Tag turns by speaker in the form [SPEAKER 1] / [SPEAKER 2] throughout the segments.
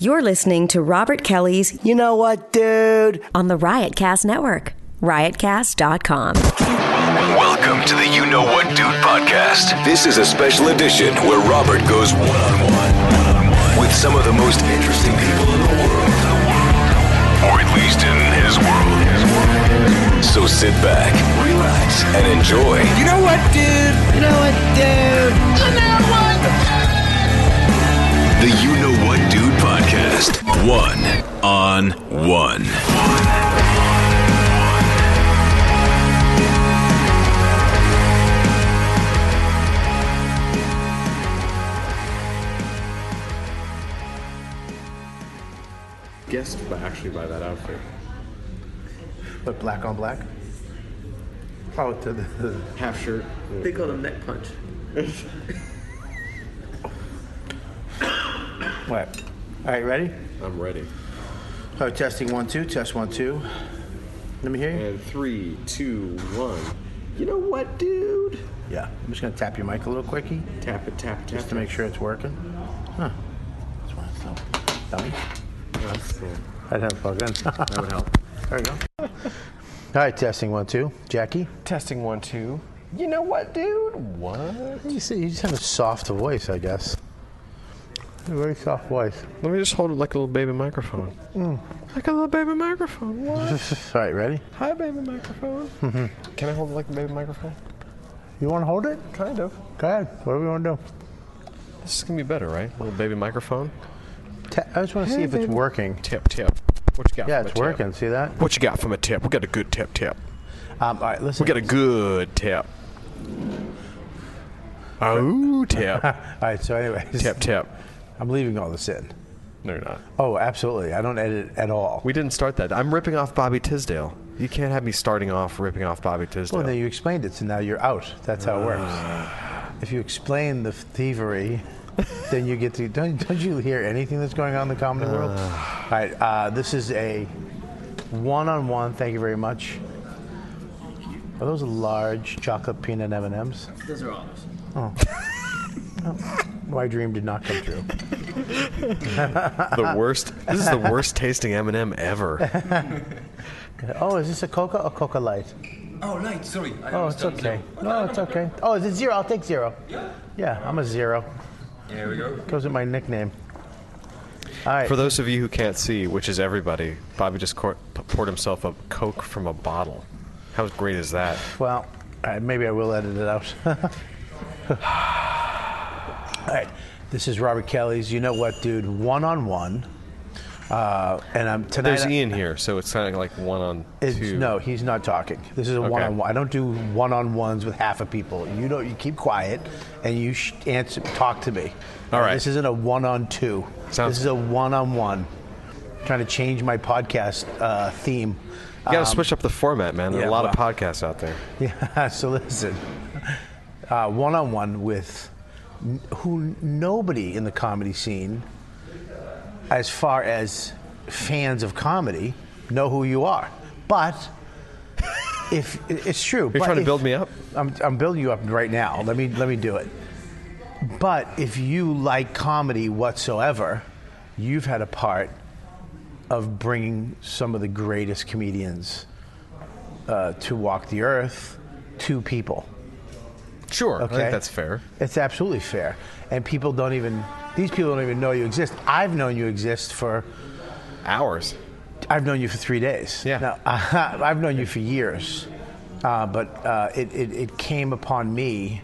[SPEAKER 1] You're listening to Robert Kelly's
[SPEAKER 2] You know what, dude?
[SPEAKER 1] on the Riotcast Network, riotcast.com.
[SPEAKER 3] Welcome to the You Know What Dude podcast. This is a special edition where Robert goes one on one with some of the most interesting people in the world, or at least in his world. So sit back, relax, and enjoy.
[SPEAKER 2] You know what, dude? You know what, dude?
[SPEAKER 3] The You Know What Dude podcast. One on one.
[SPEAKER 4] guessed by actually by that outfit.
[SPEAKER 5] But black on black? Oh, to the,
[SPEAKER 4] Half shirt.
[SPEAKER 6] They call them neck punch.
[SPEAKER 5] what? All right, ready?
[SPEAKER 4] I'm ready.
[SPEAKER 5] Oh, testing one, two, test one, two. Let me hear you.
[SPEAKER 4] And three, two, one. You know what, dude?
[SPEAKER 5] Yeah. I'm just gonna tap your mic a little quickie,
[SPEAKER 4] Tap it, tap, tap.
[SPEAKER 5] just to make sure it's working. Huh. That's why it's so dummy.
[SPEAKER 4] That's cool.
[SPEAKER 5] I'd have fucking.
[SPEAKER 4] That would help.
[SPEAKER 5] there we go. All right, testing one, two. Jackie?
[SPEAKER 7] Testing one, two. You know what, dude? What?
[SPEAKER 5] You, see, you just have a soft voice, I guess. A very soft voice.
[SPEAKER 7] Let me just hold it like a little baby microphone. Like a little baby microphone. What?
[SPEAKER 5] All right, ready?
[SPEAKER 7] Hi, baby microphone. Mm-hmm. Can I hold it like a baby microphone?
[SPEAKER 5] You wanna hold it?
[SPEAKER 7] Kind of.
[SPEAKER 5] Go ahead. Whatever you wanna do.
[SPEAKER 7] This is gonna be better, right? Little baby microphone.
[SPEAKER 5] Ta- I just wanna see
[SPEAKER 7] Hey,
[SPEAKER 5] if it's
[SPEAKER 7] baby.
[SPEAKER 5] working.
[SPEAKER 7] Tip, tip. What you got?
[SPEAKER 5] Yeah,
[SPEAKER 7] from
[SPEAKER 5] it's
[SPEAKER 7] a tip?
[SPEAKER 5] working. See that?
[SPEAKER 7] What you got from a tip? We got a good tip, tip.
[SPEAKER 5] Um, all right, listen.
[SPEAKER 7] We got a good tip. Oh, tip,
[SPEAKER 5] All right, so anyways.
[SPEAKER 7] tip, tip.
[SPEAKER 5] I'm leaving all this in.
[SPEAKER 7] No, you're not.
[SPEAKER 5] Oh, absolutely. I don't edit at all.
[SPEAKER 7] We didn't start that. I'm ripping off Bobby Tisdale. You can't have me starting off ripping off Bobby Tisdale.
[SPEAKER 5] well, then you explained it, so now you're out. That's how it works. If you explain the thievery, then you get to. Don't, don't you hear anything that's going on in the comedy world? All right, uh, this is a one on one. Thank you very much. Are those large chocolate peanut M&Ms?
[SPEAKER 6] Those are olives.
[SPEAKER 5] Oh. My dream did not come true.
[SPEAKER 7] the worst. This is the worst tasting M&M ever.
[SPEAKER 5] Oh, is this a Coca or Coca Light?
[SPEAKER 8] Oh, light, sorry. I
[SPEAKER 5] Oh, it's
[SPEAKER 8] understand
[SPEAKER 5] okay.
[SPEAKER 8] zero.
[SPEAKER 5] No, it's okay. Oh, is it zero? I'll take zero. Yeah, I'm a zero.
[SPEAKER 8] Here we go.
[SPEAKER 5] Goes with my nickname. All right.
[SPEAKER 7] For those of you who can't see, which is everybody, Bobby just cor- p- poured himself a Coke from a bottle. How great is that?
[SPEAKER 5] Well, all right, maybe I will edit it out. all right, this is Robert Kelly's. You know what, dude? One on one, and I'm tonight.
[SPEAKER 7] There's Ian here, so it's kind of like one on
[SPEAKER 5] It's,
[SPEAKER 7] two.
[SPEAKER 5] no, he's not talking. This is a
[SPEAKER 7] Okay.
[SPEAKER 5] one-on-one. I don't do one-on-ones with half of people. You don't. You keep quiet and you sh- answer, talk to me.
[SPEAKER 7] All right.
[SPEAKER 5] This isn't a one-on-two.
[SPEAKER 7] Sounds-
[SPEAKER 5] this is a one-on-one. trying to change my podcast uh, theme.
[SPEAKER 7] You gotta
[SPEAKER 5] Um,
[SPEAKER 7] switch up the format, man. There are
[SPEAKER 5] yeah,
[SPEAKER 7] a lot
[SPEAKER 5] well.
[SPEAKER 7] of podcasts out there.
[SPEAKER 5] Yeah, so listen, one on one with n- who nobody in the comedy scene, as far as fans of comedy, know who you are. But if it- it's true,
[SPEAKER 7] You're
[SPEAKER 5] but
[SPEAKER 7] trying to
[SPEAKER 5] if-
[SPEAKER 7] build me up?
[SPEAKER 5] I'm, I'm building you up right now. Let me let me do it. But if you like comedy whatsoever, you've had a part of bringing some of the greatest comedians uh, to walk the earth to people.
[SPEAKER 7] Sure, I
[SPEAKER 5] Okay.
[SPEAKER 7] think that's fair.
[SPEAKER 5] It's absolutely fair. And people don't even, these people don't even know you exist. I've known you exist for,
[SPEAKER 7] Hours.
[SPEAKER 5] I've known you for three days.
[SPEAKER 7] Yeah.
[SPEAKER 5] Now, I've known you for years. Uh, but uh, it, it, it came upon me.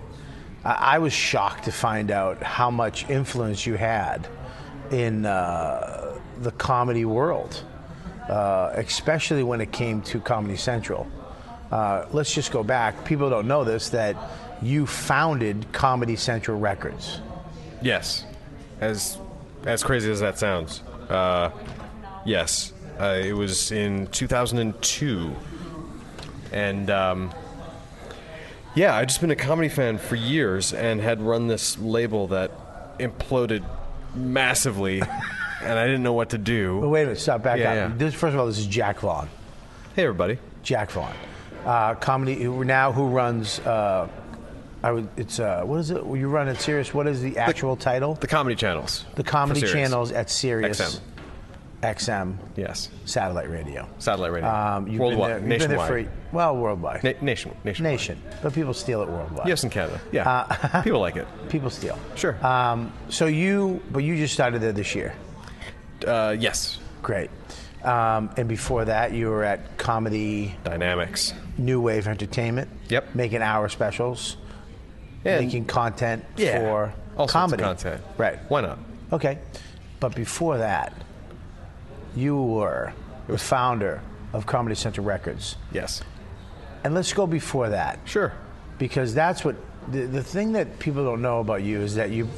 [SPEAKER 5] I, I was shocked to find out how much influence you had in uh, the comedy world, uh, especially when it came to Comedy Central. uh, let's just go back. People don't know this that you founded Comedy Central Records.
[SPEAKER 7] Yes. As as crazy as that sounds. Uh, yes. Uh, it was in 2002. And um, yeah, I'd just been a comedy fan for years and had run this label that imploded massively and I didn't know what to
[SPEAKER 5] But
[SPEAKER 7] do.
[SPEAKER 5] wait a minute, stop back
[SPEAKER 7] Yeah,
[SPEAKER 5] up.
[SPEAKER 7] yeah.
[SPEAKER 5] This, first of all, this is Jack Vaughn.
[SPEAKER 7] Hey everybody.
[SPEAKER 5] Jack Vaughn, uh, comedy who now who runs uh, I would. It's uh, what is it? Well, you run it serious. What is the actual title?
[SPEAKER 7] The comedy channels.
[SPEAKER 5] The comedy
[SPEAKER 7] for Sirius.
[SPEAKER 5] channels at Sirius
[SPEAKER 7] XM.
[SPEAKER 5] XM
[SPEAKER 7] Yes.
[SPEAKER 5] satellite radio.
[SPEAKER 7] Satellite radio.
[SPEAKER 5] Um, you've
[SPEAKER 7] worldwide.
[SPEAKER 5] been there, you've been there
[SPEAKER 7] nationwide.
[SPEAKER 5] for eight- well, worldwide,
[SPEAKER 7] Na- nation. Nationwide.
[SPEAKER 5] nation, but people steal it worldwide.
[SPEAKER 7] Yes, in Canada. Yeah.
[SPEAKER 5] Uh,
[SPEAKER 7] People like it.
[SPEAKER 5] people steal.
[SPEAKER 7] Sure.
[SPEAKER 5] Um, so you, but you just started there this year.
[SPEAKER 7] Uh, yes.
[SPEAKER 5] Great. Um, and before that, you were at Comedy
[SPEAKER 7] Dynamics.
[SPEAKER 5] New Wave Entertainment.
[SPEAKER 7] Yep.
[SPEAKER 5] Making hour specials,
[SPEAKER 7] And-
[SPEAKER 5] making content
[SPEAKER 7] Yeah.
[SPEAKER 5] for
[SPEAKER 7] All sorts of
[SPEAKER 5] comedy
[SPEAKER 7] content.
[SPEAKER 5] Right.
[SPEAKER 7] Why not?
[SPEAKER 5] Okay. But before that, you were the founder of Comedy Central Records.
[SPEAKER 7] Yes.
[SPEAKER 5] And let's go before that.
[SPEAKER 7] Sure.
[SPEAKER 5] because that's what the, the thing that people don't know about you is that you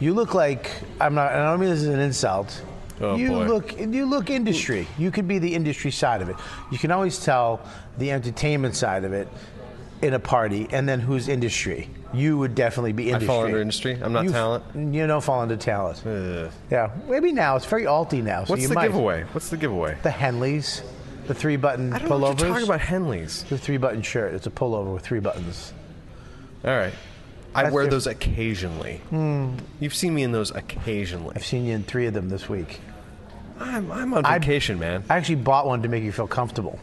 [SPEAKER 5] you look like I'm not and I don't mean this as an insult.
[SPEAKER 7] Oh,
[SPEAKER 5] you
[SPEAKER 7] boy.
[SPEAKER 5] look you look industry. You could be the industry side of it. You can always tell the entertainment side of it in a party and then who's industry. You would definitely be
[SPEAKER 7] I
[SPEAKER 5] industry.
[SPEAKER 7] fall under industry. I'm not
[SPEAKER 5] you,
[SPEAKER 7] talent.
[SPEAKER 5] You don't fall under talent. Yeah. Maybe now. It's very alty now. So
[SPEAKER 7] What's
[SPEAKER 5] you
[SPEAKER 7] the
[SPEAKER 5] might.
[SPEAKER 7] giveaway? What's the giveaway?
[SPEAKER 5] The Henleys. The three button
[SPEAKER 7] I don't know
[SPEAKER 5] pullovers.
[SPEAKER 7] what you're talking about Henleys.
[SPEAKER 5] The three button shirt. It's a pullover with three buttons.
[SPEAKER 7] All right. I
[SPEAKER 5] That's
[SPEAKER 7] wear
[SPEAKER 5] different.
[SPEAKER 7] those occasionally. You've seen me in those occasionally.
[SPEAKER 5] I've seen you in three of them this week.
[SPEAKER 7] I'm, I'm on
[SPEAKER 5] I-
[SPEAKER 7] vacation, man.
[SPEAKER 5] I actually bought one to make you feel comfortable.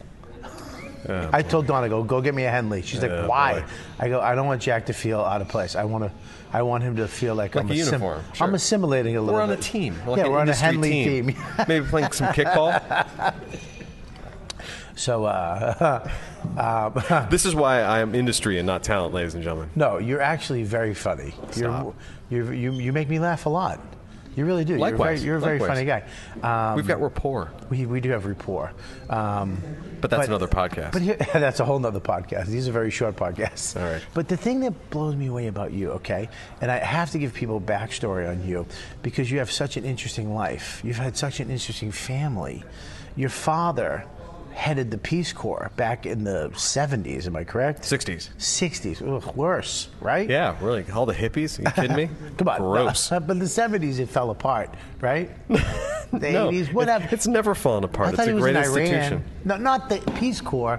[SPEAKER 5] I told Donna, go go get me a Henley. She's like,
[SPEAKER 7] Oh,
[SPEAKER 5] why?
[SPEAKER 7] boy.
[SPEAKER 5] I go, I don't want Jack to feel out of place. I want to, I want him to feel like,
[SPEAKER 7] Like
[SPEAKER 5] I'm
[SPEAKER 7] a
[SPEAKER 5] assim-
[SPEAKER 7] uniform,
[SPEAKER 5] I'm
[SPEAKER 7] sure.
[SPEAKER 5] assimilating a little.
[SPEAKER 7] We're on a
[SPEAKER 5] bit.
[SPEAKER 7] team. like
[SPEAKER 5] yeah,
[SPEAKER 7] an
[SPEAKER 5] we're on a
[SPEAKER 7] industry
[SPEAKER 5] Henley team.
[SPEAKER 7] Maybe playing some kickball.
[SPEAKER 5] so, uh, uh,
[SPEAKER 7] this is why I am industry and not talent, ladies and gentlemen.
[SPEAKER 5] no, you're actually very funny. You're,
[SPEAKER 7] Stop.
[SPEAKER 5] you're, you you make me laugh a lot. You really do.
[SPEAKER 7] Likewise,
[SPEAKER 5] you're a very, you're a very
[SPEAKER 7] likewise.
[SPEAKER 5] funny guy. Um,
[SPEAKER 7] We've got rapport.
[SPEAKER 5] we, we do have rapport. Um,
[SPEAKER 7] But that's another podcast.
[SPEAKER 5] But here, that's a whole nother podcast. These are very short podcasts.
[SPEAKER 7] All right.
[SPEAKER 5] But the thing that blows me away about you, okay, and I have to give people backstory on you because you have such an interesting life. You've had such an interesting family. Your father headed the Peace Corps back in the 70s, am I correct?
[SPEAKER 7] 60s.
[SPEAKER 5] 60s. Ugh, worse, right?
[SPEAKER 7] Yeah, really. All the hippies? Are you kidding me?
[SPEAKER 5] Come on.
[SPEAKER 7] Gross.
[SPEAKER 5] But in the 70s, it fell apart, right? The 80s,
[SPEAKER 7] it-
[SPEAKER 5] whatever.
[SPEAKER 7] It's never fallen
[SPEAKER 5] I
[SPEAKER 7] apart. It's
[SPEAKER 5] thought
[SPEAKER 7] a
[SPEAKER 5] he was
[SPEAKER 7] great
[SPEAKER 5] in
[SPEAKER 7] institution.
[SPEAKER 5] Iran. No, not the Peace Corps.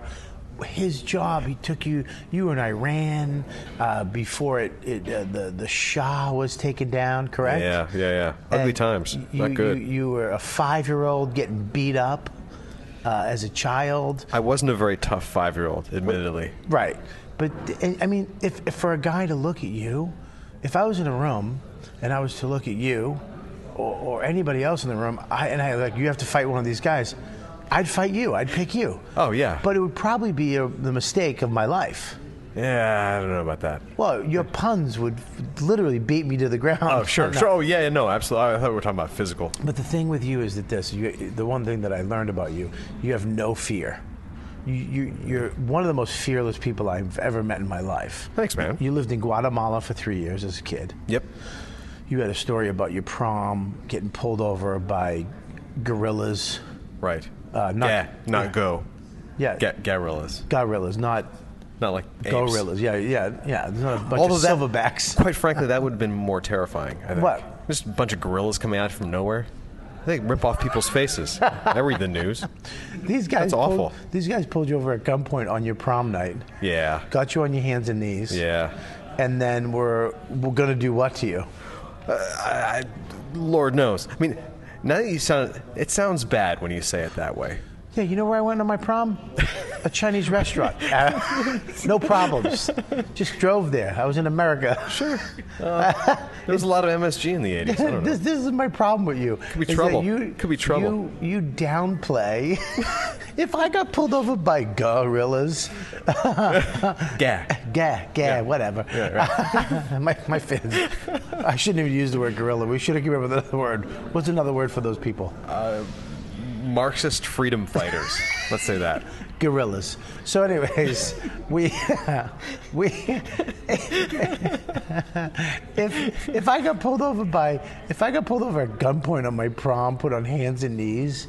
[SPEAKER 5] His job. He took you. You were in Iran uh, before it. it uh, the the Shah was taken down. Correct.
[SPEAKER 7] Yeah, yeah, yeah. Ugly
[SPEAKER 5] And
[SPEAKER 7] times.
[SPEAKER 5] You,
[SPEAKER 7] Not good.
[SPEAKER 5] You, you were a five year old getting beat up uh, as a child.
[SPEAKER 7] I wasn't a very tough five year old, admittedly.
[SPEAKER 5] Right. But I- I mean, if, if for a guy to look at you, if I was in a room and I was to look at you, or, or anybody else in the room, I, and I like you have to fight one of these guys, I'd fight you. I'd pick you.
[SPEAKER 7] Oh, yeah.
[SPEAKER 5] But it would probably be a, the mistake of my life.
[SPEAKER 7] Yeah, I don't know about that.
[SPEAKER 5] Well, your puns would literally beat me to the ground.
[SPEAKER 7] Oh, sure, sure. Oh, yeah, yeah, no, absolutely. I thought we were talking about physical.
[SPEAKER 5] But the thing with you is that this, you, the one thing that I learned about you, you have no fear. You, you, you're one of the most fearless people I've ever met in my life.
[SPEAKER 7] Thanks, man.
[SPEAKER 5] You lived in Guatemala for three years as a kid.
[SPEAKER 7] Yep.
[SPEAKER 5] You had a story about your prom getting pulled over by gorillas.
[SPEAKER 7] Right.
[SPEAKER 5] Uh, not-
[SPEAKER 7] yeah, not
[SPEAKER 5] yeah.
[SPEAKER 7] go.
[SPEAKER 5] Yeah,
[SPEAKER 7] Ga- gorillas.
[SPEAKER 5] gorillas, not
[SPEAKER 7] Not like apes.
[SPEAKER 5] gorillas. Yeah, yeah, yeah. There's not a bunch
[SPEAKER 7] Although
[SPEAKER 5] of
[SPEAKER 7] that-
[SPEAKER 5] silverbacks.
[SPEAKER 7] Quite frankly, that would have been more terrifying. I think.
[SPEAKER 5] What?
[SPEAKER 7] Just a bunch of gorillas coming out from nowhere. They rip off people's faces. I read the news.
[SPEAKER 5] These guys,
[SPEAKER 7] That's
[SPEAKER 5] pulled,
[SPEAKER 7] awful.
[SPEAKER 5] These guys pulled you over at gunpoint on your prom night.
[SPEAKER 7] Yeah.
[SPEAKER 5] Got you on your hands and knees.
[SPEAKER 7] Yeah.
[SPEAKER 5] And then we're we're gonna do what to you?
[SPEAKER 7] Uh, I, I, Lord knows. I mean, now that you sound, it sounds bad when you say it that way.
[SPEAKER 5] Yeah, you know where I went on my prom? A Chinese restaurant. Uh, no problems. Just drove there. I was in America. Sure.
[SPEAKER 7] Uh, There was a lot of MSG in the 80s. I don't know.
[SPEAKER 5] this, this is my problem with you. Could
[SPEAKER 7] be trouble. Could be trouble.
[SPEAKER 5] You, you downplay. if I got pulled over by gorillas,
[SPEAKER 7] Yeah.
[SPEAKER 5] gah, gah, whatever. my, my fans. I shouldn't even use the word gorilla. We should have given up another word. What's another word for those people?
[SPEAKER 7] Marxist freedom fighters. Let's say that.
[SPEAKER 5] gorillas. So, anyways, we we if if I got pulled over by if I got pulled over at gunpoint on my prom, put on hands and knees,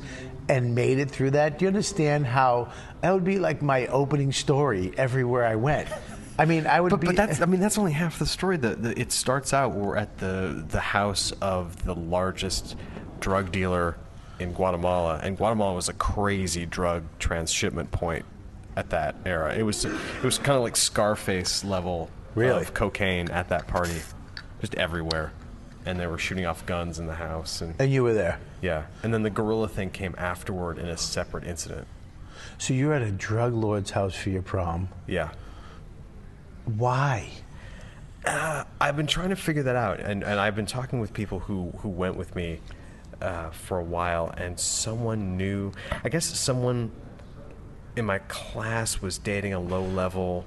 [SPEAKER 5] and made it through that, do you understand how that would be like my opening story everywhere I went? I mean, I would
[SPEAKER 7] But,
[SPEAKER 5] be.
[SPEAKER 7] but that's I mean that's only half the story. The, the it starts out we're at the the house of the largest drug dealer in Guatemala, and Guatemala was a crazy drug transshipment point at that era. It was it was kind of like Scarface level
[SPEAKER 5] Really?
[SPEAKER 7] of cocaine at that party, just everywhere, and they were shooting off guns in the house and
[SPEAKER 5] And you were there.
[SPEAKER 7] yeah, and then the gorilla thing came afterward in a separate incident.
[SPEAKER 5] So you were at a drug lord's house for your prom.
[SPEAKER 7] Yeah.
[SPEAKER 5] Why?
[SPEAKER 7] I've been trying to figure that out, and, and I've been talking with people who, who went with me uh, for a while, and someone knew. I guess someone in my class was dating a low level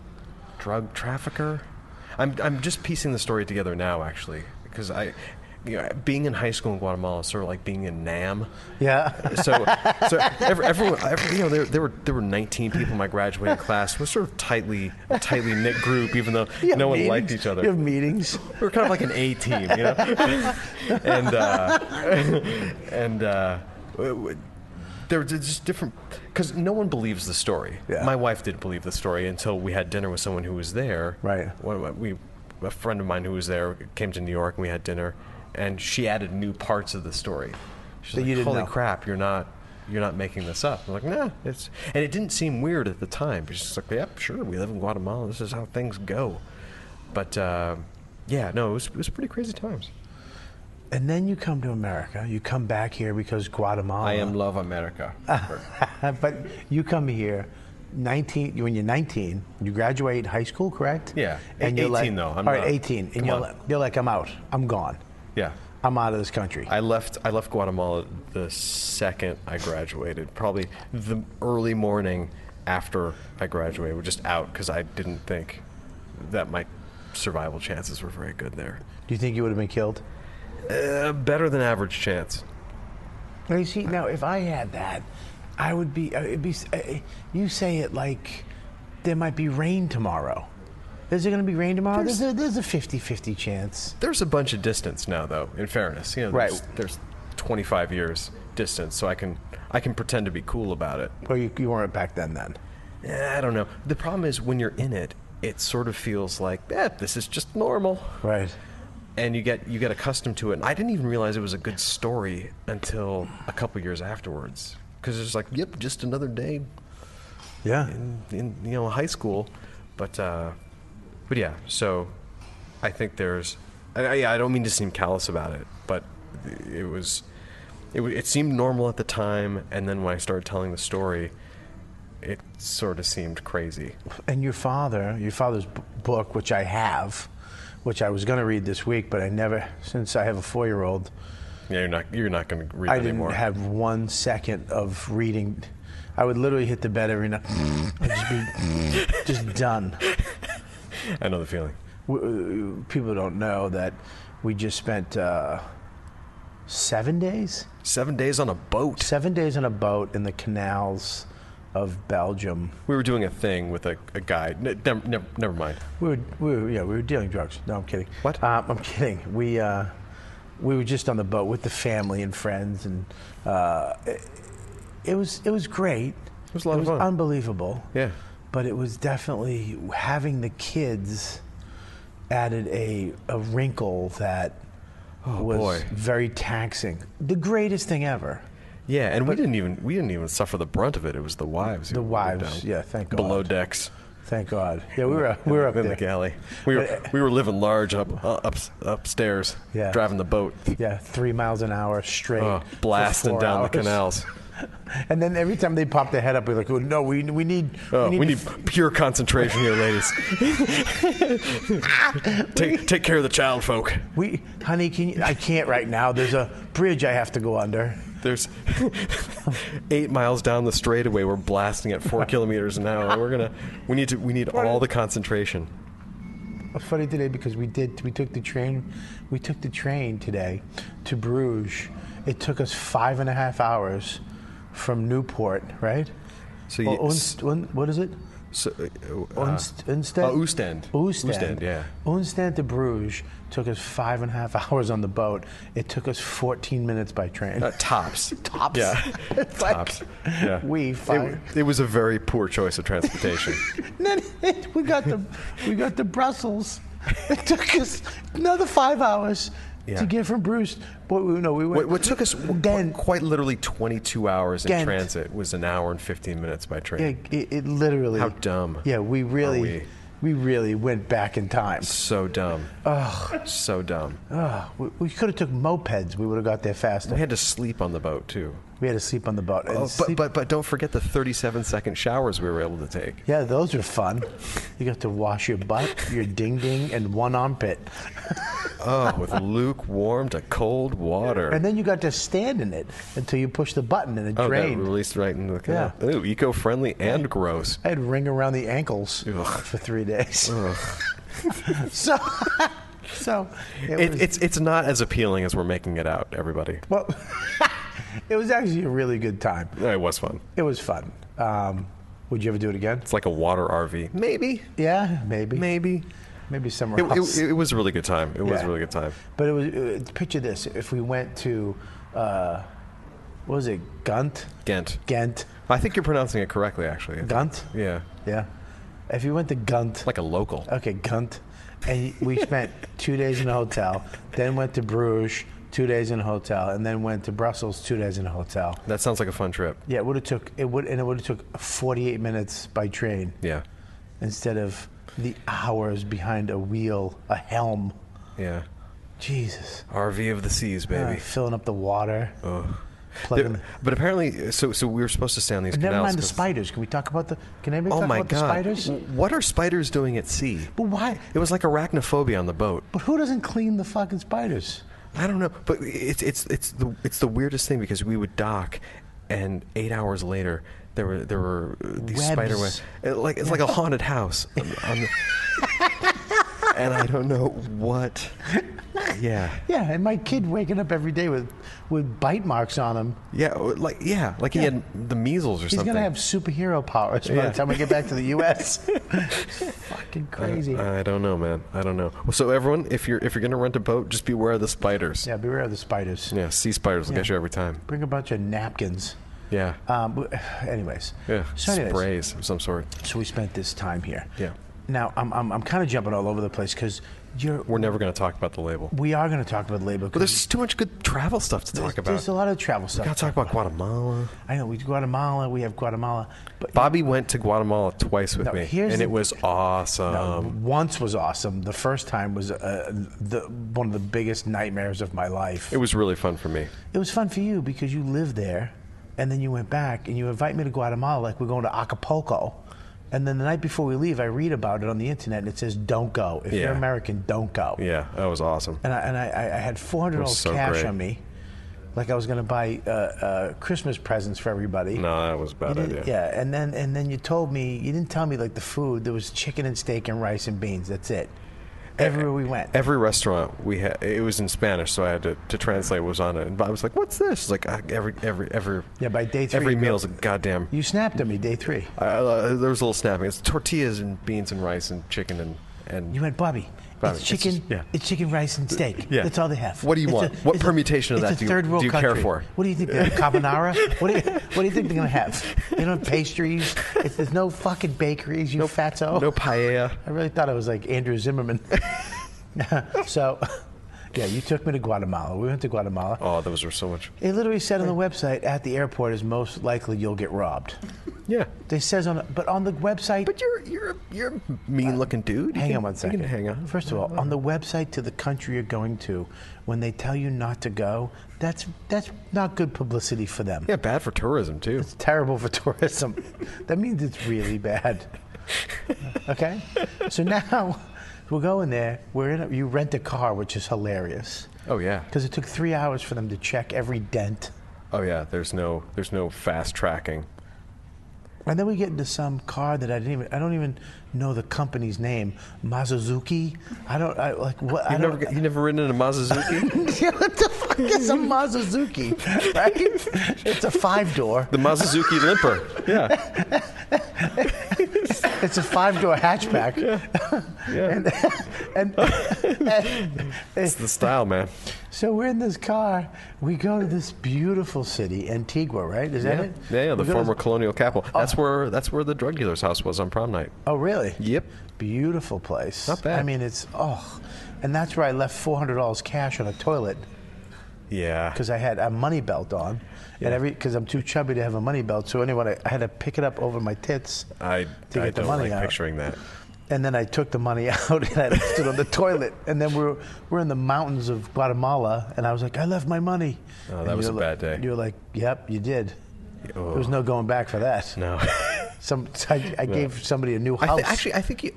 [SPEAKER 7] drug trafficker. I'm, I'm just piecing the story together now, actually, because I. You know, being in high school in Guatemala is sort of like being in Nam.
[SPEAKER 5] Yeah.
[SPEAKER 7] So, so every, everyone, every, you know, there, there were there were 19 people in my graduating class. It was sort of tightly a tightly knit group, even though
[SPEAKER 5] You have
[SPEAKER 7] no one
[SPEAKER 5] meetings?
[SPEAKER 7] liked each other
[SPEAKER 5] You have meetings.
[SPEAKER 7] we were kind of like an A team, you know. and uh, and uh, w- w- there were just different because no one believes the story.
[SPEAKER 5] Yeah.
[SPEAKER 7] My wife didn't believe the story until we had dinner with someone who was there.
[SPEAKER 5] Right.
[SPEAKER 7] One of my- we a friend of mine who was there came to New York and we had dinner, and she added new parts of the story. She's
[SPEAKER 5] That
[SPEAKER 7] like,
[SPEAKER 5] you didn't
[SPEAKER 7] "Holy
[SPEAKER 5] know."
[SPEAKER 7] crap, you're not." You're not making this up. I'm like, nah, it's and it didn't seem weird at the time. It's just like, yep, sure, we live in Guatemala. This is how things go. But uh, yeah, no, it was, it was pretty crazy times.
[SPEAKER 5] And then you come to America. You come back here because Guatemala.
[SPEAKER 9] I am love America.
[SPEAKER 5] but you come here, 19. When you're 19, you graduate high school, correct?
[SPEAKER 7] Yeah.
[SPEAKER 5] And
[SPEAKER 7] Eight-
[SPEAKER 5] you're like,
[SPEAKER 7] 18 though, I'm
[SPEAKER 5] all right,
[SPEAKER 7] not-
[SPEAKER 5] 18, and
[SPEAKER 7] come
[SPEAKER 5] you're
[SPEAKER 7] on.
[SPEAKER 5] like, you're like, I'm out. I'm gone.
[SPEAKER 7] Yeah,
[SPEAKER 5] I'm out of this country.
[SPEAKER 7] I left I left Guatemala the second I graduated, probably the early morning after I graduated. We're just out because I didn't think that my survival chances were very good there.
[SPEAKER 5] Do you think you would have been killed?
[SPEAKER 7] A better than average chance.
[SPEAKER 5] Now you see, now if I had that, I would be. uh, It'd be. s- uh, uh, You say it like there might be rain tomorrow. Is there going to be rain tomorrow? There's, a, there's a 50-50 chance.
[SPEAKER 7] There's a bunch of distance now, though. In fairness, you know,
[SPEAKER 5] Right.
[SPEAKER 7] there's, there's 25 years distance, so I can I can pretend to be cool about it.
[SPEAKER 5] Well, you, you weren't back then. Then.
[SPEAKER 7] Eh, I don't know. The problem is when you're in it, it sort of feels like, eh, this is just normal.
[SPEAKER 5] Right.
[SPEAKER 7] And you get you get accustomed to it. And I didn't even realize it was a good story until a couple years afterwards. Because it's like, yep, just another day
[SPEAKER 5] Yeah.
[SPEAKER 7] in, in you know high school, but uh, but yeah. So I think there's I, I, I don't mean to seem callous about it, but it was it, wa- it seemed normal at the time, and then when I started telling the story, it sort of seemed crazy.
[SPEAKER 5] And your father, your father's b- book, which I have, which I was going to read this week, but I never, since I have a four-year-old,
[SPEAKER 7] Yeah, you're not you're not going to read
[SPEAKER 5] I
[SPEAKER 7] it
[SPEAKER 5] didn't
[SPEAKER 7] anymore.
[SPEAKER 5] have one second of reading. I would literally hit the bed every night. I'd just be just done.
[SPEAKER 7] I know the feeling.
[SPEAKER 5] W- uh, People don't know that we just spent uh, seven days,
[SPEAKER 7] Seven days on a boat.
[SPEAKER 5] seven days on a boat in the canals of Belgium.
[SPEAKER 7] We were doing a thing with a, a guy. Ne- never, never, never mind.
[SPEAKER 5] We were, we were, yeah, we were dealing drugs. No, I'm kidding.
[SPEAKER 7] What?
[SPEAKER 5] Uh, I'm kidding. We, uh, we were just on the boat with the family and friends, and uh, it, it was, it was great. It
[SPEAKER 7] was a lot of fun.
[SPEAKER 5] unbelievable.
[SPEAKER 7] Yeah.
[SPEAKER 5] But it was definitely having the kids added a, a wrinkle that was
[SPEAKER 7] Oh, boy.
[SPEAKER 5] very taxing. The greatest thing ever.
[SPEAKER 7] Yeah, and we didn't even we didn't even suffer the brunt of it. It was the wives. who
[SPEAKER 5] The
[SPEAKER 7] were
[SPEAKER 5] wives,
[SPEAKER 7] down
[SPEAKER 5] yeah, thank
[SPEAKER 7] Below
[SPEAKER 5] God.
[SPEAKER 7] decks.
[SPEAKER 5] Thank God. Yeah, we were, we were up
[SPEAKER 7] in
[SPEAKER 5] there.
[SPEAKER 7] the galley. We were we were living large up uh, up upstairs,
[SPEAKER 5] Yeah.
[SPEAKER 7] driving the boat,
[SPEAKER 5] Yeah, three miles an hour straight.
[SPEAKER 7] uh,
[SPEAKER 5] for
[SPEAKER 7] blasting
[SPEAKER 5] four
[SPEAKER 7] down
[SPEAKER 5] hours.
[SPEAKER 7] the canals.
[SPEAKER 5] And then every time they pop their head up, we're like, oh, no, we, we need.
[SPEAKER 7] Oh, we
[SPEAKER 5] to
[SPEAKER 7] need
[SPEAKER 5] f-
[SPEAKER 7] pure concentration here, ladies. take take care of the child folk.
[SPEAKER 5] we, honey, can you, I can't right now. There's a bridge I have to go under.
[SPEAKER 7] There's eight miles down the straightaway. We're blasting at four kilometers an hour. We're gonna we need to we need all the concentration.
[SPEAKER 5] It's funny today because we did, we took the train, we took the train today to Bruges. It took us five and a half hours from Newport, right?
[SPEAKER 7] So
[SPEAKER 5] Or
[SPEAKER 7] you-
[SPEAKER 5] Unst- Un- what is it?
[SPEAKER 7] So, uh,
[SPEAKER 5] Unst- Unstead?
[SPEAKER 7] oh, Oostend.
[SPEAKER 5] Oostend.
[SPEAKER 7] Oostend, yeah.
[SPEAKER 5] Oostend to Bruges took us five and a half hours on the boat. It took us 14 minutes by train.
[SPEAKER 7] uh, tops.
[SPEAKER 5] Tops.
[SPEAKER 7] Yeah.
[SPEAKER 5] It's like,
[SPEAKER 7] Tops. Yeah.
[SPEAKER 5] We
[SPEAKER 7] It,
[SPEAKER 5] find-
[SPEAKER 7] it was a very poor choice of transportation.
[SPEAKER 5] And then we got the we got to Brussels. It took us another five hours
[SPEAKER 7] Yeah.
[SPEAKER 5] to get from Bruce. But we, no, we went.
[SPEAKER 7] What, what took us w-
[SPEAKER 5] Then-
[SPEAKER 7] qu- quite literally 22 hours in
[SPEAKER 5] Ghent.
[SPEAKER 7] transit was an hour and 15 minutes by
[SPEAKER 5] Yeah,
[SPEAKER 7] train.
[SPEAKER 5] it, it literally.
[SPEAKER 7] How dumb
[SPEAKER 5] Yeah, we
[SPEAKER 7] are
[SPEAKER 5] really.
[SPEAKER 7] we?
[SPEAKER 5] we really went back in time.
[SPEAKER 7] So dumb. Ugh. So dumb.
[SPEAKER 5] Ugh, we, we could have took mopeds. We would have got there faster.
[SPEAKER 7] We had to sleep on the boat too.
[SPEAKER 5] We had to sleep on the boat. and
[SPEAKER 7] Oh, but,
[SPEAKER 5] sleep-
[SPEAKER 7] but but don't forget the 37 second showers we were able to take.
[SPEAKER 5] yeah, those are fun. You got to wash your butt, your ding ding, and one armpit,
[SPEAKER 7] Oh, with lukewarm to cold water.
[SPEAKER 5] and then you got to stand in it until you push the button and it
[SPEAKER 7] oh, that
[SPEAKER 5] drained.
[SPEAKER 7] released right into the canal.
[SPEAKER 5] Yeah.
[SPEAKER 7] Ooh, eco friendly and gross.
[SPEAKER 5] I had ring around the ankles
[SPEAKER 7] Ugh.
[SPEAKER 5] for three days. so, so it,
[SPEAKER 7] It,
[SPEAKER 5] was,
[SPEAKER 7] it's it's not as appealing as we're making it out, everybody.
[SPEAKER 5] well, it was actually a really good time.
[SPEAKER 7] It was fun.
[SPEAKER 5] It was fun. Um, would you ever do it again?
[SPEAKER 7] It's like a water RV. Maybe,
[SPEAKER 5] Yeah, maybe,
[SPEAKER 7] maybe.
[SPEAKER 5] maybe somewhere
[SPEAKER 7] It,
[SPEAKER 5] else.
[SPEAKER 7] it, it was a really good time. It was
[SPEAKER 5] Yeah.
[SPEAKER 7] a really good time.
[SPEAKER 5] But it was uh, picture this: if we went to, uh, what was it, Gunt?
[SPEAKER 7] Ghent.
[SPEAKER 5] Ghent,
[SPEAKER 7] I think you're pronouncing it correctly, actually. I think.
[SPEAKER 5] Gunt.
[SPEAKER 7] Yeah,
[SPEAKER 5] Yeah. If you went to Gunt,
[SPEAKER 7] like a local.
[SPEAKER 5] okay, Gunt, and we spent two days in a hotel, then went to Bruges, two days in a hotel, and then went to Brussels, two days in a hotel.
[SPEAKER 7] That sounds like a fun trip.
[SPEAKER 5] Yeah, it would have took it would and it would have took 48 minutes by train
[SPEAKER 7] Yeah,
[SPEAKER 5] instead of the hours behind a wheel, a helm.
[SPEAKER 7] yeah.
[SPEAKER 5] Jesus.
[SPEAKER 7] RV of the seas,
[SPEAKER 5] Uh,
[SPEAKER 7] baby.
[SPEAKER 5] filling up the water. Plugging.
[SPEAKER 7] There- but apparently, so so we were supposed to stay on these
[SPEAKER 5] Never
[SPEAKER 7] canals.
[SPEAKER 5] mind the
[SPEAKER 7] 'cause-
[SPEAKER 5] spiders. Can we talk about the? Can anybody
[SPEAKER 7] Oh
[SPEAKER 5] talk
[SPEAKER 7] my
[SPEAKER 5] about
[SPEAKER 7] god!
[SPEAKER 5] the spiders?
[SPEAKER 7] W- What are spiders doing at sea?
[SPEAKER 5] But why?
[SPEAKER 7] It was like arachnophobia on the boat.
[SPEAKER 5] But who doesn't clean the fucking spiders?
[SPEAKER 7] I don't know, but it's it's it's the it's the weirdest thing because we would dock, and eight hours later there were there were uh, these
[SPEAKER 5] Webs.
[SPEAKER 7] spider webs. It- Like it's like a haunted house. on- on the- and I don't know what. Yeah,
[SPEAKER 5] Yeah, and my kid waking up every day with with bite marks on him.
[SPEAKER 7] yeah, or like yeah, like he had the measles or
[SPEAKER 5] He's
[SPEAKER 7] something.
[SPEAKER 5] gonna have superhero powers by
[SPEAKER 7] Yeah. Uh,
[SPEAKER 5] the time we get back to the U.S. It's fucking crazy.
[SPEAKER 7] I don't know, man. I don't know. Well, so everyone, if you're if you're gonna rent a boat, just beware of the spiders.
[SPEAKER 5] yeah, beware of the spiders.
[SPEAKER 7] Yeah, sea spiders will get you every time.
[SPEAKER 5] Bring a bunch of napkins.
[SPEAKER 7] Yeah.
[SPEAKER 5] Um, w- anyways.
[SPEAKER 7] yeah.
[SPEAKER 5] So, anyways,
[SPEAKER 7] Sprays of some sort.
[SPEAKER 5] so we spent this time here.
[SPEAKER 7] Yeah.
[SPEAKER 5] Now I'm I'm, I'm kind of jumping all over the place because you're
[SPEAKER 7] We're never gonna talk about the label.
[SPEAKER 5] we are going to talk about labor.
[SPEAKER 7] But there's just too much good travel stuff to talk about.
[SPEAKER 5] There's a lot of travel stuff.
[SPEAKER 7] Gotta talk about Guatemala.
[SPEAKER 5] I know we Guatemala. We have Guatemala, but
[SPEAKER 7] Bobby went to Guatemala twice with
[SPEAKER 5] No,
[SPEAKER 7] me,
[SPEAKER 5] here's
[SPEAKER 7] and
[SPEAKER 5] the-
[SPEAKER 7] it was awesome.
[SPEAKER 5] once was awesome. The first time was uh, the one of the biggest nightmares of my life.
[SPEAKER 7] It was really fun for me.
[SPEAKER 5] It was fun for you because you lived there, and then you went back and you invite me to Guatemala like we're going to Acapulco. And then the night before we leave, I read about it on the internet, and it says, "Don't go. If you're
[SPEAKER 7] Yeah.
[SPEAKER 5] American, don't go."
[SPEAKER 7] Yeah, that was awesome.
[SPEAKER 5] and I, and I, I- I had four hundred dollars
[SPEAKER 7] so
[SPEAKER 5] cash
[SPEAKER 7] great.
[SPEAKER 5] on me, like I was going to buy uh, uh, Christmas presents for everybody.
[SPEAKER 7] No, that was a bad
[SPEAKER 5] You didn't-
[SPEAKER 7] idea.
[SPEAKER 5] Yeah, and then and then you told me you didn't tell me like the food. There was chicken and steak and rice and beans. That's it.
[SPEAKER 7] E-,
[SPEAKER 5] Everywhere we went.
[SPEAKER 7] Every restaurant we had, it was in Spanish, so I had to, to translate what was on it. And Bob was like, "What's this?" It's like "Ah, every every every
[SPEAKER 5] Yeah, by day three,
[SPEAKER 7] every
[SPEAKER 5] you go-
[SPEAKER 7] meal's a goddamn.
[SPEAKER 5] you snapped at me day three.
[SPEAKER 7] I, I- there was a little snapping. It's tortillas and beans and rice and chicken and and
[SPEAKER 5] You went, Bobby.
[SPEAKER 7] Bobby,
[SPEAKER 5] it's
[SPEAKER 7] it's
[SPEAKER 5] chicken.
[SPEAKER 7] just- yeah.
[SPEAKER 5] It's chicken, rice, and steak.
[SPEAKER 7] Yeah.
[SPEAKER 5] That's all they have.
[SPEAKER 7] What do you
[SPEAKER 5] It's
[SPEAKER 7] want? What
[SPEAKER 5] it's
[SPEAKER 7] permutation of
[SPEAKER 5] it's
[SPEAKER 7] that
[SPEAKER 5] a
[SPEAKER 7] do you-
[SPEAKER 5] third world
[SPEAKER 7] do you care
[SPEAKER 5] country.
[SPEAKER 7] for?
[SPEAKER 5] What do you think? They have? Carbonara. what, do you, what do you think they're gonna have? They don't have pastries. It's, there's no fucking bakeries. You fatso.
[SPEAKER 7] no paella.
[SPEAKER 5] I really thought it was like Andrew Zimmerman. so, yeah, you took me to Guatemala. We went to Guatemala.
[SPEAKER 7] Oh, those were so much.
[SPEAKER 5] It literally said on the website at the airport is most likely you'll get robbed.
[SPEAKER 7] Yeah.
[SPEAKER 5] They says on, but on the website.
[SPEAKER 7] But you're you're a, you're a mean-looking dude. You
[SPEAKER 5] hang
[SPEAKER 7] can-
[SPEAKER 5] on one second.
[SPEAKER 7] You can Uh, hang on.
[SPEAKER 5] First of all, on the website to the country you're going to, when they tell you not to go, that's that's not good publicity for them.
[SPEAKER 7] Yeah, bad for tourism too.
[SPEAKER 5] It's terrible for tourism. that means it's really bad. Okay, so now we're going there. We're in. A, you rent a car, which is hilarious
[SPEAKER 7] Oh yeah.
[SPEAKER 5] because it took three hours for them to check every dent.
[SPEAKER 7] Oh yeah. There's no there's no fast tracking.
[SPEAKER 5] And then we get into some car that I didn't even I don't even know the company's name. Mazuzuki. I don't I like what I
[SPEAKER 7] You've never
[SPEAKER 5] don't
[SPEAKER 7] get- you never ridden in a Mazuzuki?
[SPEAKER 5] what the fuck is a Mazuzuki? Right? it's a five door.
[SPEAKER 7] the Mazuzuki Limper. Yeah.
[SPEAKER 5] It's a five door hatchback.
[SPEAKER 7] Yeah.
[SPEAKER 5] And, and-
[SPEAKER 7] It's the style, man.
[SPEAKER 5] so we're in this car. We go to this beautiful city, Antigua, right? Is
[SPEAKER 7] Yeah.
[SPEAKER 5] that it?
[SPEAKER 7] Yeah, yeah,
[SPEAKER 5] We
[SPEAKER 7] the
[SPEAKER 5] go to-
[SPEAKER 7] former colonial capital. That's where that's where the drug dealer's house was on prom night.
[SPEAKER 5] Oh really?
[SPEAKER 7] Yep.
[SPEAKER 5] Beautiful place.
[SPEAKER 7] Not bad.
[SPEAKER 5] I mean it's oh and that's where I left four hundred dollars cash on a toilet.
[SPEAKER 7] Yeah.
[SPEAKER 5] because I had a money belt on, and every because I'm too chubby to have a money belt. So anyway, I, I had to pick it up over my tits
[SPEAKER 7] I
[SPEAKER 5] to
[SPEAKER 7] I
[SPEAKER 5] get the
[SPEAKER 7] don't
[SPEAKER 5] money
[SPEAKER 7] like
[SPEAKER 5] out.
[SPEAKER 7] picturing that.
[SPEAKER 5] and then I took the money out and I left it on the toilet. And then we're we're in the mountains of Guatemala, and I was like, I left my money.
[SPEAKER 7] Oh,
[SPEAKER 5] And
[SPEAKER 7] that was
[SPEAKER 5] you're
[SPEAKER 7] a
[SPEAKER 5] like-
[SPEAKER 7] bad day.
[SPEAKER 5] You're like, Yep, you did.
[SPEAKER 7] Oh.
[SPEAKER 5] There was no going back for that.
[SPEAKER 7] No.
[SPEAKER 5] Some I, I gave somebody a new
[SPEAKER 7] I
[SPEAKER 5] house.
[SPEAKER 7] th- actually, I think you,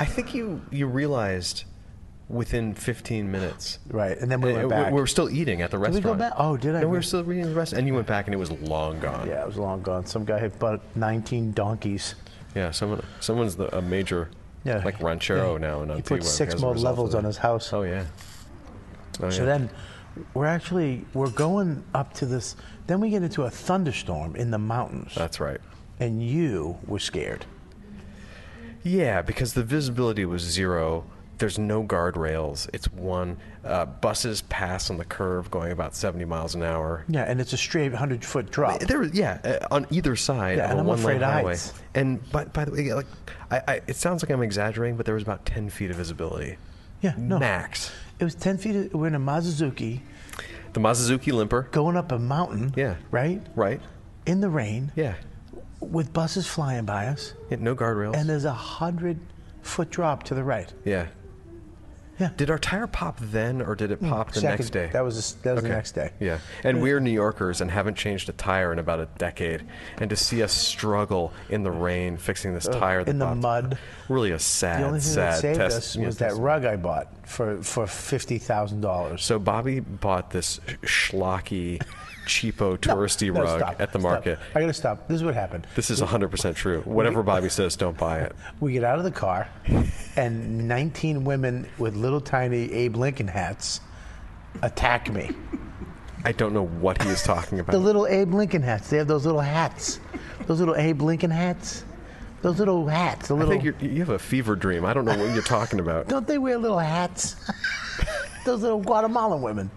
[SPEAKER 7] I think you, you realized within 15 minutes.
[SPEAKER 5] Right, and then we
[SPEAKER 7] Uh,
[SPEAKER 5] went
[SPEAKER 7] we-
[SPEAKER 5] back.
[SPEAKER 7] We were still eating at the
[SPEAKER 5] Did we
[SPEAKER 7] restaurant.
[SPEAKER 5] go back? Oh, did I?
[SPEAKER 7] No, we were
[SPEAKER 5] Re-
[SPEAKER 7] still eating at the restaurant, and you went back, and it was long gone.
[SPEAKER 5] yeah, it was long gone. Some guy had bought 19 donkeys.
[SPEAKER 7] Yeah, someone, someone's the, a major,
[SPEAKER 5] Yeah,
[SPEAKER 7] like ranchero
[SPEAKER 5] yeah.
[SPEAKER 7] now in
[SPEAKER 5] He
[SPEAKER 7] Antigua.
[SPEAKER 5] put six
[SPEAKER 7] as a
[SPEAKER 5] more
[SPEAKER 7] result of
[SPEAKER 5] levels
[SPEAKER 7] that.
[SPEAKER 5] on his house.
[SPEAKER 7] Oh yeah. Oh,
[SPEAKER 5] So
[SPEAKER 7] yeah.
[SPEAKER 5] then we're actually we're going up to this then we get into a thunderstorm in the mountains.
[SPEAKER 7] That's right.
[SPEAKER 5] and you were scared.
[SPEAKER 7] Yeah, because the visibility was zero. There's no guardrails. It's one. Uh, buses pass on the curve going about 70 miles an hour.
[SPEAKER 5] Yeah, and it's a straight 100 foot drop.
[SPEAKER 7] There, was- yeah, uh, on either side
[SPEAKER 5] Yeah,
[SPEAKER 7] of
[SPEAKER 5] and
[SPEAKER 7] a
[SPEAKER 5] I'm
[SPEAKER 7] one-lane
[SPEAKER 5] afraid of
[SPEAKER 7] highway.
[SPEAKER 5] heights.
[SPEAKER 7] And by, by the way, like, I, I, it sounds like I'm exaggerating, but there was about 10 feet of visibility.
[SPEAKER 5] Yeah, no.
[SPEAKER 7] max.
[SPEAKER 5] It was 10 feet. We're in a Mazuzuki
[SPEAKER 7] The Mazuzuki Limper.
[SPEAKER 5] going up a mountain.
[SPEAKER 7] Yeah.
[SPEAKER 5] Right?
[SPEAKER 7] Right.
[SPEAKER 5] In the rain.
[SPEAKER 7] Yeah.
[SPEAKER 5] With buses flying by us.
[SPEAKER 7] yeah no guardrails.
[SPEAKER 5] And there's a 100 foot drop to the right.
[SPEAKER 7] yeah.
[SPEAKER 5] Yeah. Hmm.
[SPEAKER 7] Did our tire pop then, or did it pop the
[SPEAKER 5] Second-
[SPEAKER 7] next day?
[SPEAKER 5] That was, the s- that was the next day.
[SPEAKER 7] Yeah. And we're New Yorkers and haven't changed a tire in about a decade. And to see us struggle in the rain fixing this tire that
[SPEAKER 5] in the
[SPEAKER 7] popped-
[SPEAKER 5] mud.
[SPEAKER 7] Really a sad,
[SPEAKER 5] The only thing
[SPEAKER 7] sad
[SPEAKER 5] that saved
[SPEAKER 7] test.
[SPEAKER 5] us
[SPEAKER 7] you know,
[SPEAKER 5] was that
[SPEAKER 7] test.
[SPEAKER 5] rug I bought for, for $50,000.
[SPEAKER 7] So Bobby bought this sh- schlocky, cheapo,
[SPEAKER 5] No,
[SPEAKER 7] touristy
[SPEAKER 5] no,
[SPEAKER 7] rug
[SPEAKER 5] stop,
[SPEAKER 7] at the
[SPEAKER 5] stop.
[SPEAKER 7] market.
[SPEAKER 5] I gotta stop. This is what happened.
[SPEAKER 7] This is 100% true. Whatever Bobby says, don't buy it.
[SPEAKER 5] We get out of the car, and 19 women with little tiny Abe Lincoln hats attack me.
[SPEAKER 7] I don't know what he is talking
[SPEAKER 5] The
[SPEAKER 7] about.
[SPEAKER 5] little Abe Lincoln hats. They have those little hats. Those little Abe Lincoln hats. Those little hats. The
[SPEAKER 7] I
[SPEAKER 5] little.
[SPEAKER 7] think you're, you have a fever dream. I don't know what you're talking about.
[SPEAKER 5] don't they wear little hats? those little Guatemalan women.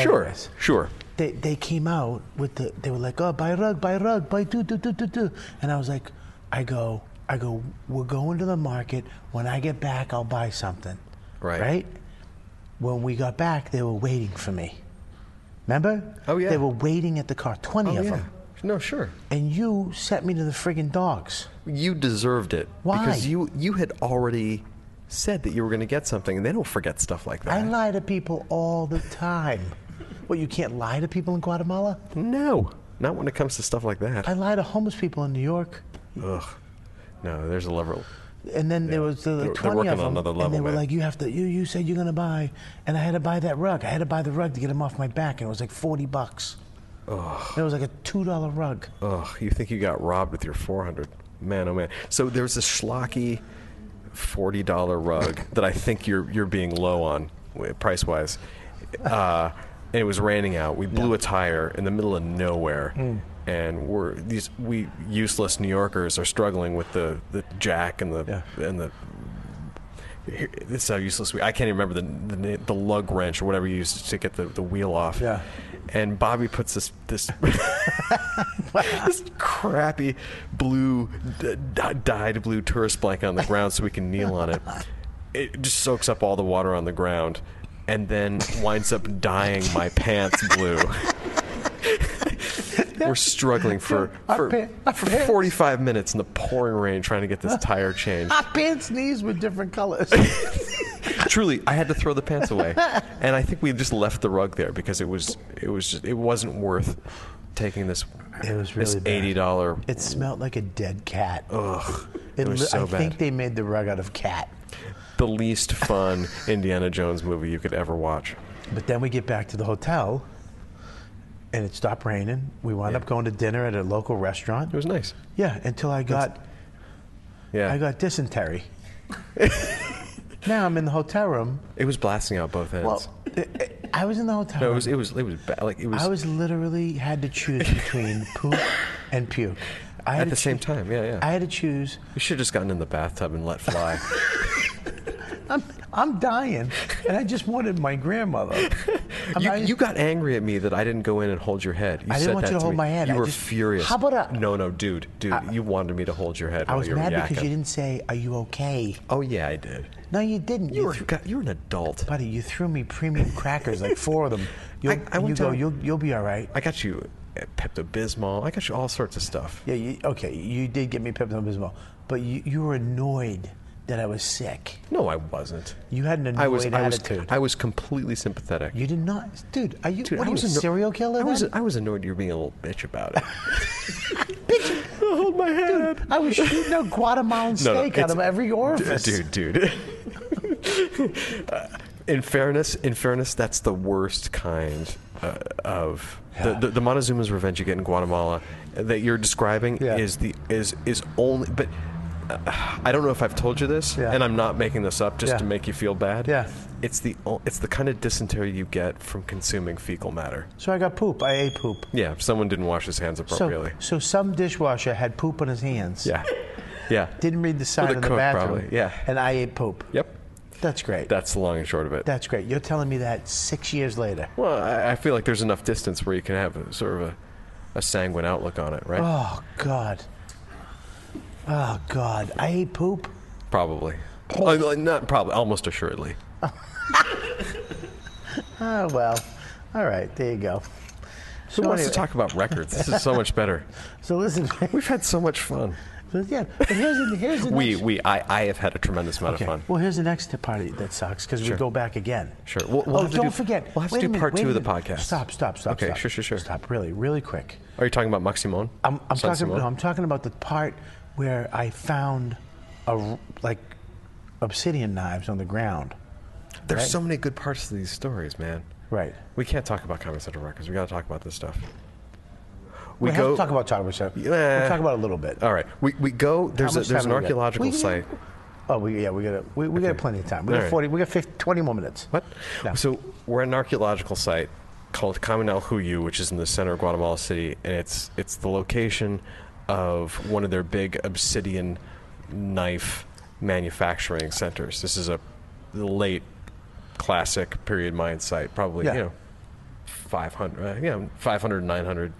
[SPEAKER 7] Sure,
[SPEAKER 5] Anyways.
[SPEAKER 7] sure.
[SPEAKER 5] they, they came out with the they were like oh buy a rug buy a rug buy two two two two two and I was like I go I go we're going to the market when I get back I'll buy something
[SPEAKER 7] Right.
[SPEAKER 5] right when we got back they were waiting for me remember
[SPEAKER 7] Oh, yeah.
[SPEAKER 5] they were waiting at the car
[SPEAKER 7] Oh,
[SPEAKER 5] 20 of them
[SPEAKER 7] No, sure.
[SPEAKER 5] and you sent me to the friggin' dogs
[SPEAKER 7] You deserved it.
[SPEAKER 5] Why?
[SPEAKER 7] Because you you had already said that you were going to get something, and they don't forget stuff like that.
[SPEAKER 5] I lie to people all the time what you can't lie to people in Guatemala
[SPEAKER 7] no, not when it comes to stuff like that.
[SPEAKER 5] I lie to homeless people in New York
[SPEAKER 7] Ugh. No, there's a level.
[SPEAKER 5] And then there
[SPEAKER 7] Yeah.
[SPEAKER 5] was the
[SPEAKER 7] They're- they're
[SPEAKER 5] like, 20
[SPEAKER 7] working
[SPEAKER 5] of
[SPEAKER 7] on
[SPEAKER 5] them,
[SPEAKER 7] another
[SPEAKER 5] and they
[SPEAKER 7] level,
[SPEAKER 5] were
[SPEAKER 7] man.
[SPEAKER 5] like, "You have to. You you said you're gonna buy, and I had to buy that rug. I had to buy the rug to get him off my back, and it was like 40 bucks. Ugh. It was like a two dollar rug.
[SPEAKER 7] Ugh, you think you got robbed with your 400? Man, oh man. So there's this schlocky forty dollar rug that I think you're you're being low on price wise. Uh, and it was raining out. We blew a tire in the middle of nowhere, and we're these we useless New Yorkers are struggling with the, the jack and the and the. here- This is how useless we. I can't even remember the the, na- the lug wrench or whatever you used to get the, the wheel off.
[SPEAKER 5] Yeah.
[SPEAKER 7] And Bobby puts this this this crappy blue d- d- dyed blue tourist blanket on the ground so we can kneel on it. It just soaks up all the water on the ground and then winds up dyeing my pants blue. We're struggling for
[SPEAKER 5] Our
[SPEAKER 7] for,
[SPEAKER 5] pa- our
[SPEAKER 7] for
[SPEAKER 5] pants.
[SPEAKER 7] 45 minutes in the pouring rain trying to get this tire changed.
[SPEAKER 5] My pants and these were different colors.
[SPEAKER 7] Truly, I had to throw the pants away. And I think we just left the rug there because it was it was just, it wasn't worth taking this
[SPEAKER 5] It was
[SPEAKER 7] this
[SPEAKER 5] really bad.
[SPEAKER 7] $80
[SPEAKER 5] it smelled like a dead cat.
[SPEAKER 7] Ugh,
[SPEAKER 5] It
[SPEAKER 7] it was
[SPEAKER 5] li-
[SPEAKER 7] so
[SPEAKER 5] I
[SPEAKER 7] bad.
[SPEAKER 5] think they made the rug out of cat.
[SPEAKER 7] the least fun Indiana Jones movie you could ever watch.
[SPEAKER 5] But then we get back to the hotel, and it stopped raining. We wound up going to dinner at a local restaurant.
[SPEAKER 7] It was nice.
[SPEAKER 5] Yeah, until I got.
[SPEAKER 7] Yeah,
[SPEAKER 5] I got dysentery. now I'm in the hotel room.
[SPEAKER 7] it was blasting out both ends.
[SPEAKER 5] Well, I- I was in the hotel
[SPEAKER 7] no,
[SPEAKER 5] room.
[SPEAKER 7] it was it was it was ba- like it was,
[SPEAKER 5] I was literally had to choose between poop and puke. I had
[SPEAKER 7] at
[SPEAKER 5] to
[SPEAKER 7] the same
[SPEAKER 5] choo-
[SPEAKER 7] time. Yeah, yeah.
[SPEAKER 5] I had to choose.
[SPEAKER 7] we should have just gotten in the bathtub and let fly.
[SPEAKER 5] I'm, I'm dying, and I just wanted my grandmother. I'm-
[SPEAKER 7] you,
[SPEAKER 5] I-
[SPEAKER 7] you got angry at me that I didn't go in and hold your head. You
[SPEAKER 5] I didn't
[SPEAKER 7] said
[SPEAKER 5] want
[SPEAKER 7] that
[SPEAKER 5] you to hold
[SPEAKER 7] me.
[SPEAKER 5] my hand.
[SPEAKER 7] You
[SPEAKER 5] I
[SPEAKER 7] were
[SPEAKER 5] just-
[SPEAKER 7] furious.
[SPEAKER 5] How about I-
[SPEAKER 7] No, no, dude, dude, you wanted me to hold your head
[SPEAKER 5] I
[SPEAKER 7] while
[SPEAKER 5] was
[SPEAKER 7] you were
[SPEAKER 5] mad
[SPEAKER 7] yakking.
[SPEAKER 5] because you didn't say, "Are you okay?"
[SPEAKER 7] Oh yeah, I did.
[SPEAKER 5] No, you didn't.
[SPEAKER 7] You were
[SPEAKER 5] threw-
[SPEAKER 7] God, you're an adult.
[SPEAKER 5] buddy. You threw me premium crackers, like four of them. You'll,
[SPEAKER 7] I
[SPEAKER 5] you
[SPEAKER 7] went
[SPEAKER 5] go.
[SPEAKER 7] down-
[SPEAKER 5] You'll, you'll be all right.
[SPEAKER 7] I got you Pepto Bismol. I got you all sorts of stuff.
[SPEAKER 5] Yeah, you, okay, you did get me Pepto Bismol, but you, you were annoyed that I was sick.
[SPEAKER 7] No, I wasn't.
[SPEAKER 5] You had an annoyed
[SPEAKER 7] I was. I was.
[SPEAKER 5] attitude.
[SPEAKER 7] I was completely sympathetic.
[SPEAKER 5] you did not, dude. Are you?
[SPEAKER 7] Dude,
[SPEAKER 5] what are
[SPEAKER 7] I
[SPEAKER 5] you,
[SPEAKER 7] was
[SPEAKER 5] a
[SPEAKER 7] anno-
[SPEAKER 5] serial killer?
[SPEAKER 7] I was.
[SPEAKER 5] then?
[SPEAKER 7] I was annoyed you were being a little bitch about it. bitch, hold my head.
[SPEAKER 5] I was shooting out Guatemalan steak out
[SPEAKER 7] it's-
[SPEAKER 5] of every orifice.
[SPEAKER 7] Dude, dude. Uh, in fairness, in fairness, that's the worst kind uh, of the, the, the Montezuma's revenge you get in Guatemala uh, that you're describing
[SPEAKER 5] Yeah.
[SPEAKER 7] is the is is only but. uh, I don't know if I've told you this,
[SPEAKER 5] Yeah.
[SPEAKER 7] and I'm not making this up just
[SPEAKER 5] Yeah.
[SPEAKER 7] to make you feel bad.
[SPEAKER 5] Yeah.
[SPEAKER 7] it's the o- it's the kind of dysentery you get from consuming fecal matter.
[SPEAKER 5] So I got poop. I ate poop.
[SPEAKER 7] Yeah, if someone didn't wash his hands
[SPEAKER 5] So,
[SPEAKER 7] appropriately.
[SPEAKER 5] so some dishwasher had poop on his hands.
[SPEAKER 7] yeah, yeah.
[SPEAKER 5] Didn't read the sign
[SPEAKER 7] the
[SPEAKER 5] in the
[SPEAKER 7] cook,
[SPEAKER 5] bathroom.
[SPEAKER 7] probably, yeah.
[SPEAKER 5] And I ate poop.
[SPEAKER 7] Yep,
[SPEAKER 5] That's great.
[SPEAKER 7] that's the long and short of it.
[SPEAKER 5] That's great. You're telling me that six years later.
[SPEAKER 7] Well, I, I feel like there's enough distance where you can have a, sort of a, a sanguine outlook on it, right?
[SPEAKER 5] Oh God. Oh God. I ate poop.
[SPEAKER 7] Probably. Uh, like, not probably, almost assuredly.
[SPEAKER 5] Oh well. All right. There you go.
[SPEAKER 7] Who
[SPEAKER 5] So
[SPEAKER 7] wants to
[SPEAKER 5] anyway-
[SPEAKER 7] talk about records? This is so much better.
[SPEAKER 5] So listen.
[SPEAKER 7] We've had so much fun.
[SPEAKER 5] yeah. But here's the, here's the
[SPEAKER 7] We,
[SPEAKER 5] next-
[SPEAKER 7] we, I, I have had a tremendous amount
[SPEAKER 5] Okay.
[SPEAKER 7] of fun.
[SPEAKER 5] Well, here's the next party that sucks because we go back again.
[SPEAKER 7] Sure. We'll- we'll
[SPEAKER 5] oh,
[SPEAKER 7] have to
[SPEAKER 5] don't
[SPEAKER 7] do-
[SPEAKER 5] forget.
[SPEAKER 7] we'll have to
[SPEAKER 5] Wait
[SPEAKER 7] do
[SPEAKER 5] a minute,
[SPEAKER 7] part
[SPEAKER 5] wait
[SPEAKER 7] two
[SPEAKER 5] a
[SPEAKER 7] of the
[SPEAKER 5] minute.
[SPEAKER 7] podcast.
[SPEAKER 5] Stop. Stop. Stop.
[SPEAKER 7] Okay,
[SPEAKER 5] stop.
[SPEAKER 7] sure, sure, sure.
[SPEAKER 5] Stop. Really, really quick.
[SPEAKER 7] Are you talking about Max Simon?
[SPEAKER 5] I'm, I'm
[SPEAKER 7] Son
[SPEAKER 5] talking.
[SPEAKER 7] Simon?
[SPEAKER 5] No, I'm talking about the part where I found a r- like obsidian knives on the ground.
[SPEAKER 7] There's so many good parts to these stories, man.
[SPEAKER 5] Right.
[SPEAKER 7] We can't talk about Comedy Central Records. We got to talk about this stuff.
[SPEAKER 5] We, have to talk about Tarver stuff.
[SPEAKER 7] Yeah.
[SPEAKER 5] We'll talk about it a little bit.
[SPEAKER 7] All right. We, we go. There's, a,
[SPEAKER 5] much
[SPEAKER 7] there's
[SPEAKER 5] time
[SPEAKER 7] an
[SPEAKER 5] we got?
[SPEAKER 7] archaeological
[SPEAKER 5] We-
[SPEAKER 7] site.
[SPEAKER 5] Oh, we, yeah, we got we, we got plenty of time. We
[SPEAKER 7] All
[SPEAKER 5] got
[SPEAKER 7] right.
[SPEAKER 5] forty. We got 50, twenty more minutes.
[SPEAKER 7] What?
[SPEAKER 5] No.
[SPEAKER 7] So we're at an archaeological site called Caminal Huyu, which is in the center of Guatemala City, and it's it's the location of one of their big obsidian knife manufacturing centers. This is a late classic period mine site, probably
[SPEAKER 5] Yeah.
[SPEAKER 7] you know 500, uh, yeah, 500 900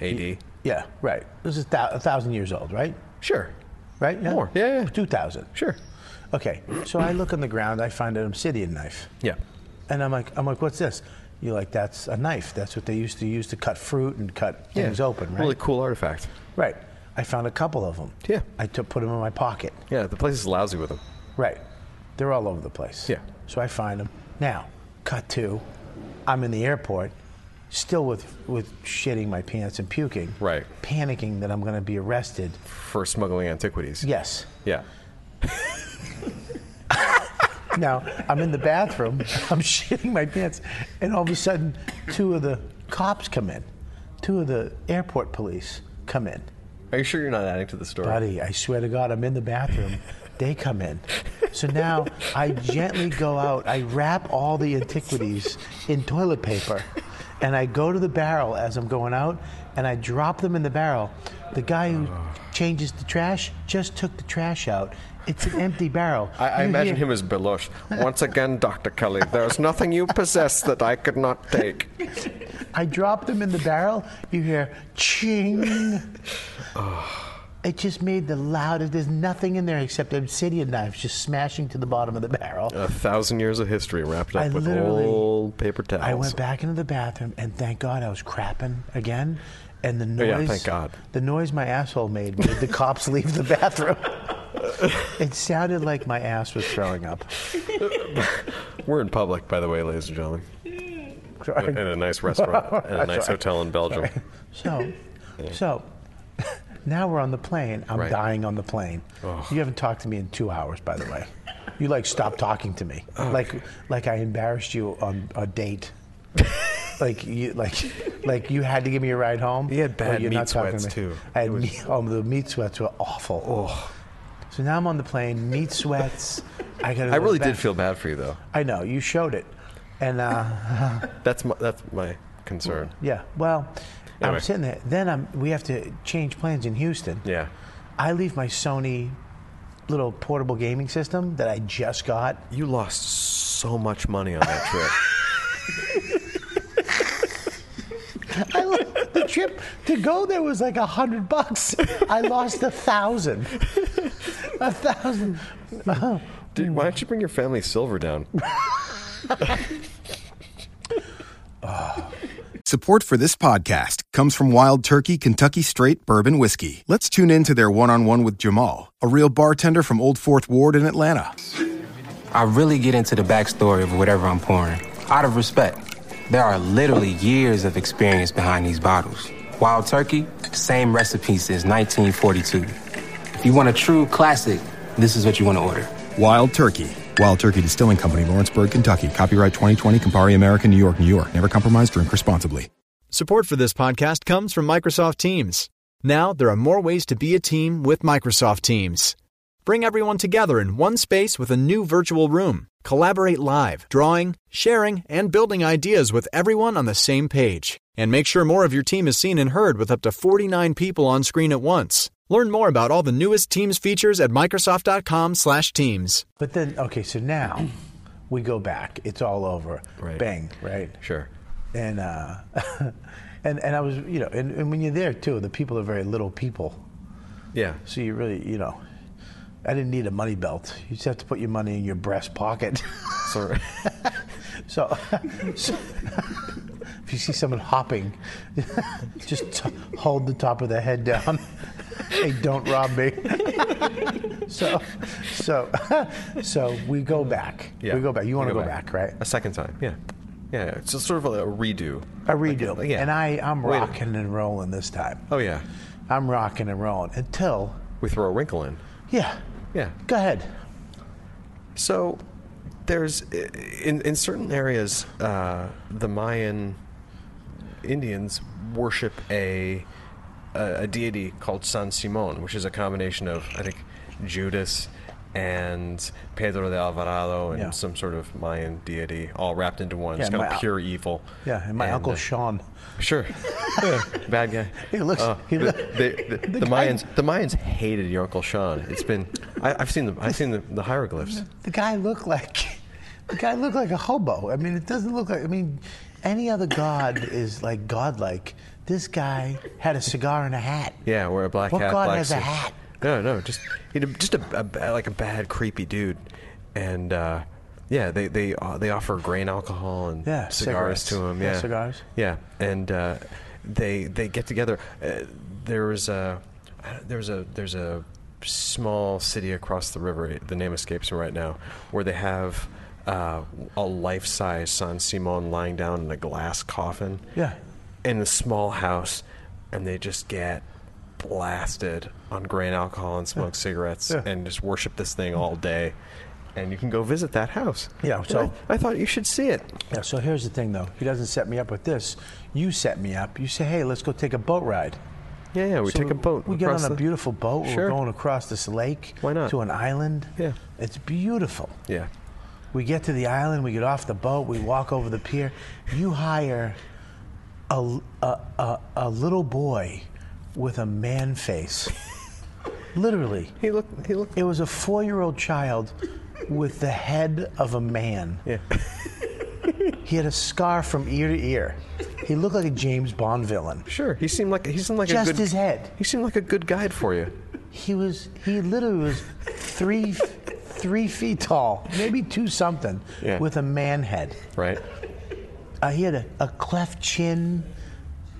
[SPEAKER 7] AD.
[SPEAKER 5] Yeah. Right. This is thou- a thousand years old, right?
[SPEAKER 7] Sure,
[SPEAKER 5] Right.
[SPEAKER 7] More. Yeah, yeah.
[SPEAKER 5] Two thousand.
[SPEAKER 7] sure,
[SPEAKER 5] Okay. So I look on the ground. I find an obsidian knife.
[SPEAKER 7] yeah.
[SPEAKER 5] And I'm like, I'm like, what's this? You're like, that's a knife. That's what they used to use to cut fruit and cut things
[SPEAKER 7] yeah.
[SPEAKER 5] open, right?
[SPEAKER 7] Really cool artifact.
[SPEAKER 5] Right. I found a couple of them.
[SPEAKER 7] Yeah.
[SPEAKER 5] I took, put them in my pocket.
[SPEAKER 7] Yeah, the place is lousy with them.
[SPEAKER 5] Right. They're all over the place.
[SPEAKER 7] Yeah.
[SPEAKER 5] So I find them. Now, cut two. I'm in the airport, still with with shitting my pants and puking.
[SPEAKER 7] Right.
[SPEAKER 5] Panicking that I'm going to be arrested.
[SPEAKER 7] For smuggling antiquities.
[SPEAKER 5] Yes.
[SPEAKER 7] Yeah.
[SPEAKER 5] Now I'm in the bathroom. I'm shitting my pants, and all of a sudden, two of the cops come in. Two of the airport police come in.
[SPEAKER 7] Are you sure you're not adding to the story?
[SPEAKER 5] Buddy, I swear to God, I'm in the bathroom. They come in. So now I gently go out, I wrap all the antiquities in toilet paper, and I go to the barrel as I'm going out, and I drop them in the barrel. The guy who changes the trash just took the trash out. It's an empty barrel.
[SPEAKER 7] I, I
[SPEAKER 5] You
[SPEAKER 7] imagine
[SPEAKER 5] hear-
[SPEAKER 7] him as Belush. Once again, Dr. Kelly, there is nothing you possess that I could not take.
[SPEAKER 5] I drop them in the barrel. You hear ching. It just made the loudest. There's nothing in there except obsidian knives just smashing to the bottom of the barrel.
[SPEAKER 7] A thousand years of history wrapped up
[SPEAKER 5] I
[SPEAKER 7] with
[SPEAKER 5] literally-
[SPEAKER 7] old paper towels.
[SPEAKER 5] I went back into the bathroom, and thank God I was crapping again. And the noise,
[SPEAKER 7] Oh, yeah, thank God.
[SPEAKER 5] the noise my asshole made made the cops leave the bathroom. it sounded like my ass was throwing up.
[SPEAKER 7] We're in public, by the way, ladies and gentlemen. In
[SPEAKER 5] Sorry.
[SPEAKER 7] a nice restaurant, and a nice
[SPEAKER 5] Sorry.
[SPEAKER 7] hotel in Belgium.
[SPEAKER 5] So, so now we're on the plane. I'm
[SPEAKER 7] Right.
[SPEAKER 5] dying on the plane. You haven't talked to me in two hours, by the way. You like stopped talking to me, like like I embarrassed you on a date. like you like like you had to give me a ride home.
[SPEAKER 7] He had
[SPEAKER 5] Well,
[SPEAKER 7] bad
[SPEAKER 5] you're not
[SPEAKER 7] meat
[SPEAKER 5] talking to
[SPEAKER 7] sweats,
[SPEAKER 5] me.
[SPEAKER 7] too.
[SPEAKER 5] I had meat, oh, the meat sweats were awful. So now I'm on the plane, meat sweats. I got.
[SPEAKER 7] I really did feel bad for you, though.
[SPEAKER 5] I know you showed it, and. uh
[SPEAKER 7] That's my, that's my concern.
[SPEAKER 5] Yeah. Well,
[SPEAKER 7] Anyway.
[SPEAKER 5] I'm sitting there. Then I'm. We have to change plans in Houston.
[SPEAKER 7] Yeah.
[SPEAKER 5] I leave my Sony little portable gaming system that I just got.
[SPEAKER 7] You lost so much money on that trip.
[SPEAKER 5] I, lo- the trip to go there was like a hundred bucks. I lost a thousand. A thousand.
[SPEAKER 7] Dude, why don't you bring your family silver down?
[SPEAKER 9] Support for this podcast comes from Wild Turkey Kentucky Straight Bourbon Whiskey. Let's tune in to their one on one with Jamal, a real bartender from Old Fourth Ward in Atlanta.
[SPEAKER 10] I really get into the backstory of whatever I'm pouring. Out of respect, there are literally years of experience behind these bottles. Wild Turkey, same recipe since 1942. If you want a true classic, this is what you want to order.
[SPEAKER 9] Wild Turkey. Wild Turkey Distilling Company, Lawrenceburg, Kentucky. Copyright 2020, Campari American, New York, New York. Never compromise, drink responsibly.
[SPEAKER 11] Support for this podcast comes from Microsoft Teams. Now, there are more ways to be a team with Microsoft Teams. Bring everyone together in one space with a new virtual room. Collaborate live, drawing, sharing, and building ideas with everyone on the same page. And make sure more of your team is seen and heard with up to 49 people on screen at once. Learn more about all the newest Teams features at microsoft.com/teams.
[SPEAKER 5] But then, okay, so now we go back. It's all over.
[SPEAKER 7] Right.
[SPEAKER 5] Bang. Right.
[SPEAKER 7] Sure.
[SPEAKER 5] And uh, and and I was, you know, and, and when you're there too, the people are very little people.
[SPEAKER 7] Yeah.
[SPEAKER 5] So you really, you know, I didn't need a money belt. You just have to put your money in your breast pocket.
[SPEAKER 7] Sorry.
[SPEAKER 5] so, so if you see someone hopping, just t- hold the top of their head down. hey, don't rob me. so, so, so we go back.
[SPEAKER 7] Yeah.
[SPEAKER 5] We go back. You want to
[SPEAKER 7] We
[SPEAKER 5] go,
[SPEAKER 7] go
[SPEAKER 5] back.
[SPEAKER 7] back.
[SPEAKER 5] right?
[SPEAKER 7] A second time. Yeah. Yeah. yeah. It's just sort of a redo.
[SPEAKER 5] A redo.
[SPEAKER 7] Like, yeah.
[SPEAKER 5] And I, I'm
[SPEAKER 7] Wait a-
[SPEAKER 5] rocking and rolling this time.
[SPEAKER 7] Oh yeah.
[SPEAKER 5] I'm rocking and rolling until,
[SPEAKER 7] We throw a wrinkle in.
[SPEAKER 5] yeah.
[SPEAKER 7] Yeah.
[SPEAKER 5] Go ahead.
[SPEAKER 7] So there's in in certain areas uh, the Mayan Indians worship a a, a deity called San Simon, which is a combination of I think Judas and Pedro de Alvarado and
[SPEAKER 5] Yeah.
[SPEAKER 7] some sort of Mayan deity all wrapped into one.
[SPEAKER 5] Yeah,
[SPEAKER 7] it's kind
[SPEAKER 5] my-
[SPEAKER 7] of pure evil.
[SPEAKER 5] Yeah. And my uncle
[SPEAKER 7] uh,
[SPEAKER 5] Sean.
[SPEAKER 7] Sure. Yeah, Bad guy. Oh,
[SPEAKER 5] He looks- he
[SPEAKER 7] the,
[SPEAKER 5] look-
[SPEAKER 7] the, the,
[SPEAKER 5] the
[SPEAKER 7] the
[SPEAKER 5] guy-
[SPEAKER 7] Mayans. The Mayans hated your uncle Sean. It's been. I, I've seen the. I've seen the, the hieroglyphs.
[SPEAKER 5] The guy looked like the guy looked like a hobo. I mean, it doesn't look like. I mean, any other god is like godlike. This guy had a cigar and a hat.
[SPEAKER 7] Yeah, wear a black
[SPEAKER 5] What
[SPEAKER 7] hat.
[SPEAKER 5] god
[SPEAKER 7] black
[SPEAKER 5] has a
[SPEAKER 7] suit.
[SPEAKER 5] hat?
[SPEAKER 7] No, no, just you know, just a, a ba- like a bad, creepy dude, and uh, yeah, they they uh, they offer grain alcohol and
[SPEAKER 5] Yeah,
[SPEAKER 7] cigars
[SPEAKER 5] cigarettes.
[SPEAKER 7] to him.
[SPEAKER 5] Yeah,
[SPEAKER 7] Yeah,
[SPEAKER 5] cigars.
[SPEAKER 7] Yeah, and uh, they they get together. Uh, there was a there's a there's a small city across the river. The name escapes me right now, where they have. Uh, a life-size San Simon lying down in a glass coffin
[SPEAKER 5] Yeah.
[SPEAKER 7] in a small house and they just get blasted on grain alcohol and smoke cigarettes
[SPEAKER 5] Yeah.
[SPEAKER 7] and just worship this thing all day. And you can go visit that house.
[SPEAKER 5] Yeah,
[SPEAKER 7] And
[SPEAKER 5] so-
[SPEAKER 7] I, I thought you should see it.
[SPEAKER 5] Yeah. So here's the thing, though. He doesn't set me up with this. You set me up. You say, "Hey, let's go take a boat ride."
[SPEAKER 7] Yeah, yeah. We
[SPEAKER 5] So
[SPEAKER 7] took a boat.
[SPEAKER 5] We get on
[SPEAKER 7] across
[SPEAKER 5] a
[SPEAKER 7] the-
[SPEAKER 5] beautiful boat. We're
[SPEAKER 7] Sure.
[SPEAKER 5] going across this lake.
[SPEAKER 7] Why not?
[SPEAKER 5] To an island.
[SPEAKER 7] Yeah.
[SPEAKER 5] It's beautiful.
[SPEAKER 7] Yeah,
[SPEAKER 5] We get to the island, we get off the boat, we walk over the pier. You hire a, a, a, a little boy with a man face. Literally.
[SPEAKER 7] he looked. He looked.
[SPEAKER 5] It was a four year old child with the head of a man.
[SPEAKER 7] Yeah,
[SPEAKER 5] He had a scar from ear to ear. He looked like a James Bond villain.
[SPEAKER 7] sure. He seemed like he seemed like
[SPEAKER 5] Just
[SPEAKER 7] a good,
[SPEAKER 5] his head.
[SPEAKER 7] He seemed like a good guide for you.
[SPEAKER 5] He was, he literally was three, three feet tall, maybe two something,
[SPEAKER 7] Yeah.
[SPEAKER 5] with a man head.
[SPEAKER 7] Right.
[SPEAKER 5] Uh, he had a, a cleft chin.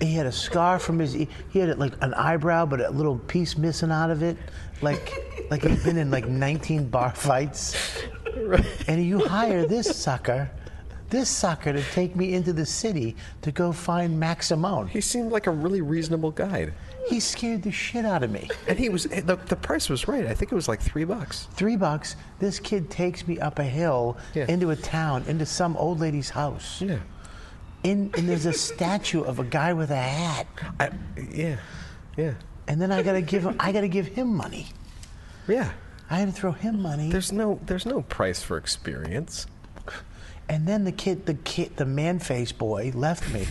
[SPEAKER 5] He had a scar from his. e- He had like an eyebrow, but a little piece missing out of it, like like he'd been in like 19 bar fights. And you hire this sucker, this sucker to take me into the city to go find Maximone.
[SPEAKER 7] He seemed like a really reasonable guide,
[SPEAKER 5] He scared the shit out of me.
[SPEAKER 7] and he was the, the price was right. I think it was like three bucks.
[SPEAKER 5] Three bucks. This kid takes me up a hill
[SPEAKER 7] Yeah.
[SPEAKER 5] into a town, into some old lady's house.
[SPEAKER 7] Yeah.
[SPEAKER 5] In, and there's a statue of a guy with a hat.
[SPEAKER 7] I, yeah. Yeah.
[SPEAKER 5] and then I gotta give him, I gotta give him money.
[SPEAKER 7] Yeah.
[SPEAKER 5] I had to throw him money,
[SPEAKER 7] There's no there's no price for experience.
[SPEAKER 5] and then the kid, the kid, the man face boy left me.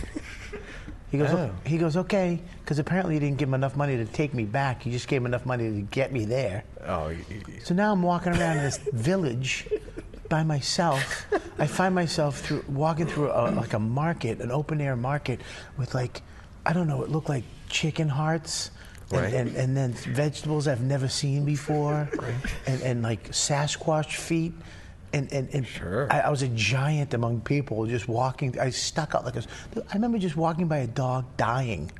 [SPEAKER 5] He goes,
[SPEAKER 7] Oh.
[SPEAKER 5] he goes, okay, because apparently you didn't give him enough money to take me back. You just gave him enough money to get me there.
[SPEAKER 7] Oh, y- y-
[SPEAKER 5] So now I'm walking around this village by myself. I find myself through walking through a, like a market, an open air market with like I don't know, it looked like chicken hearts. And,
[SPEAKER 7] Right.
[SPEAKER 5] and, and then vegetables I've never seen before, and, and like Sasquatch feet, and and, and I, I was a giant among people, just walking. I stuck out like a. I remember just walking by a dog dying.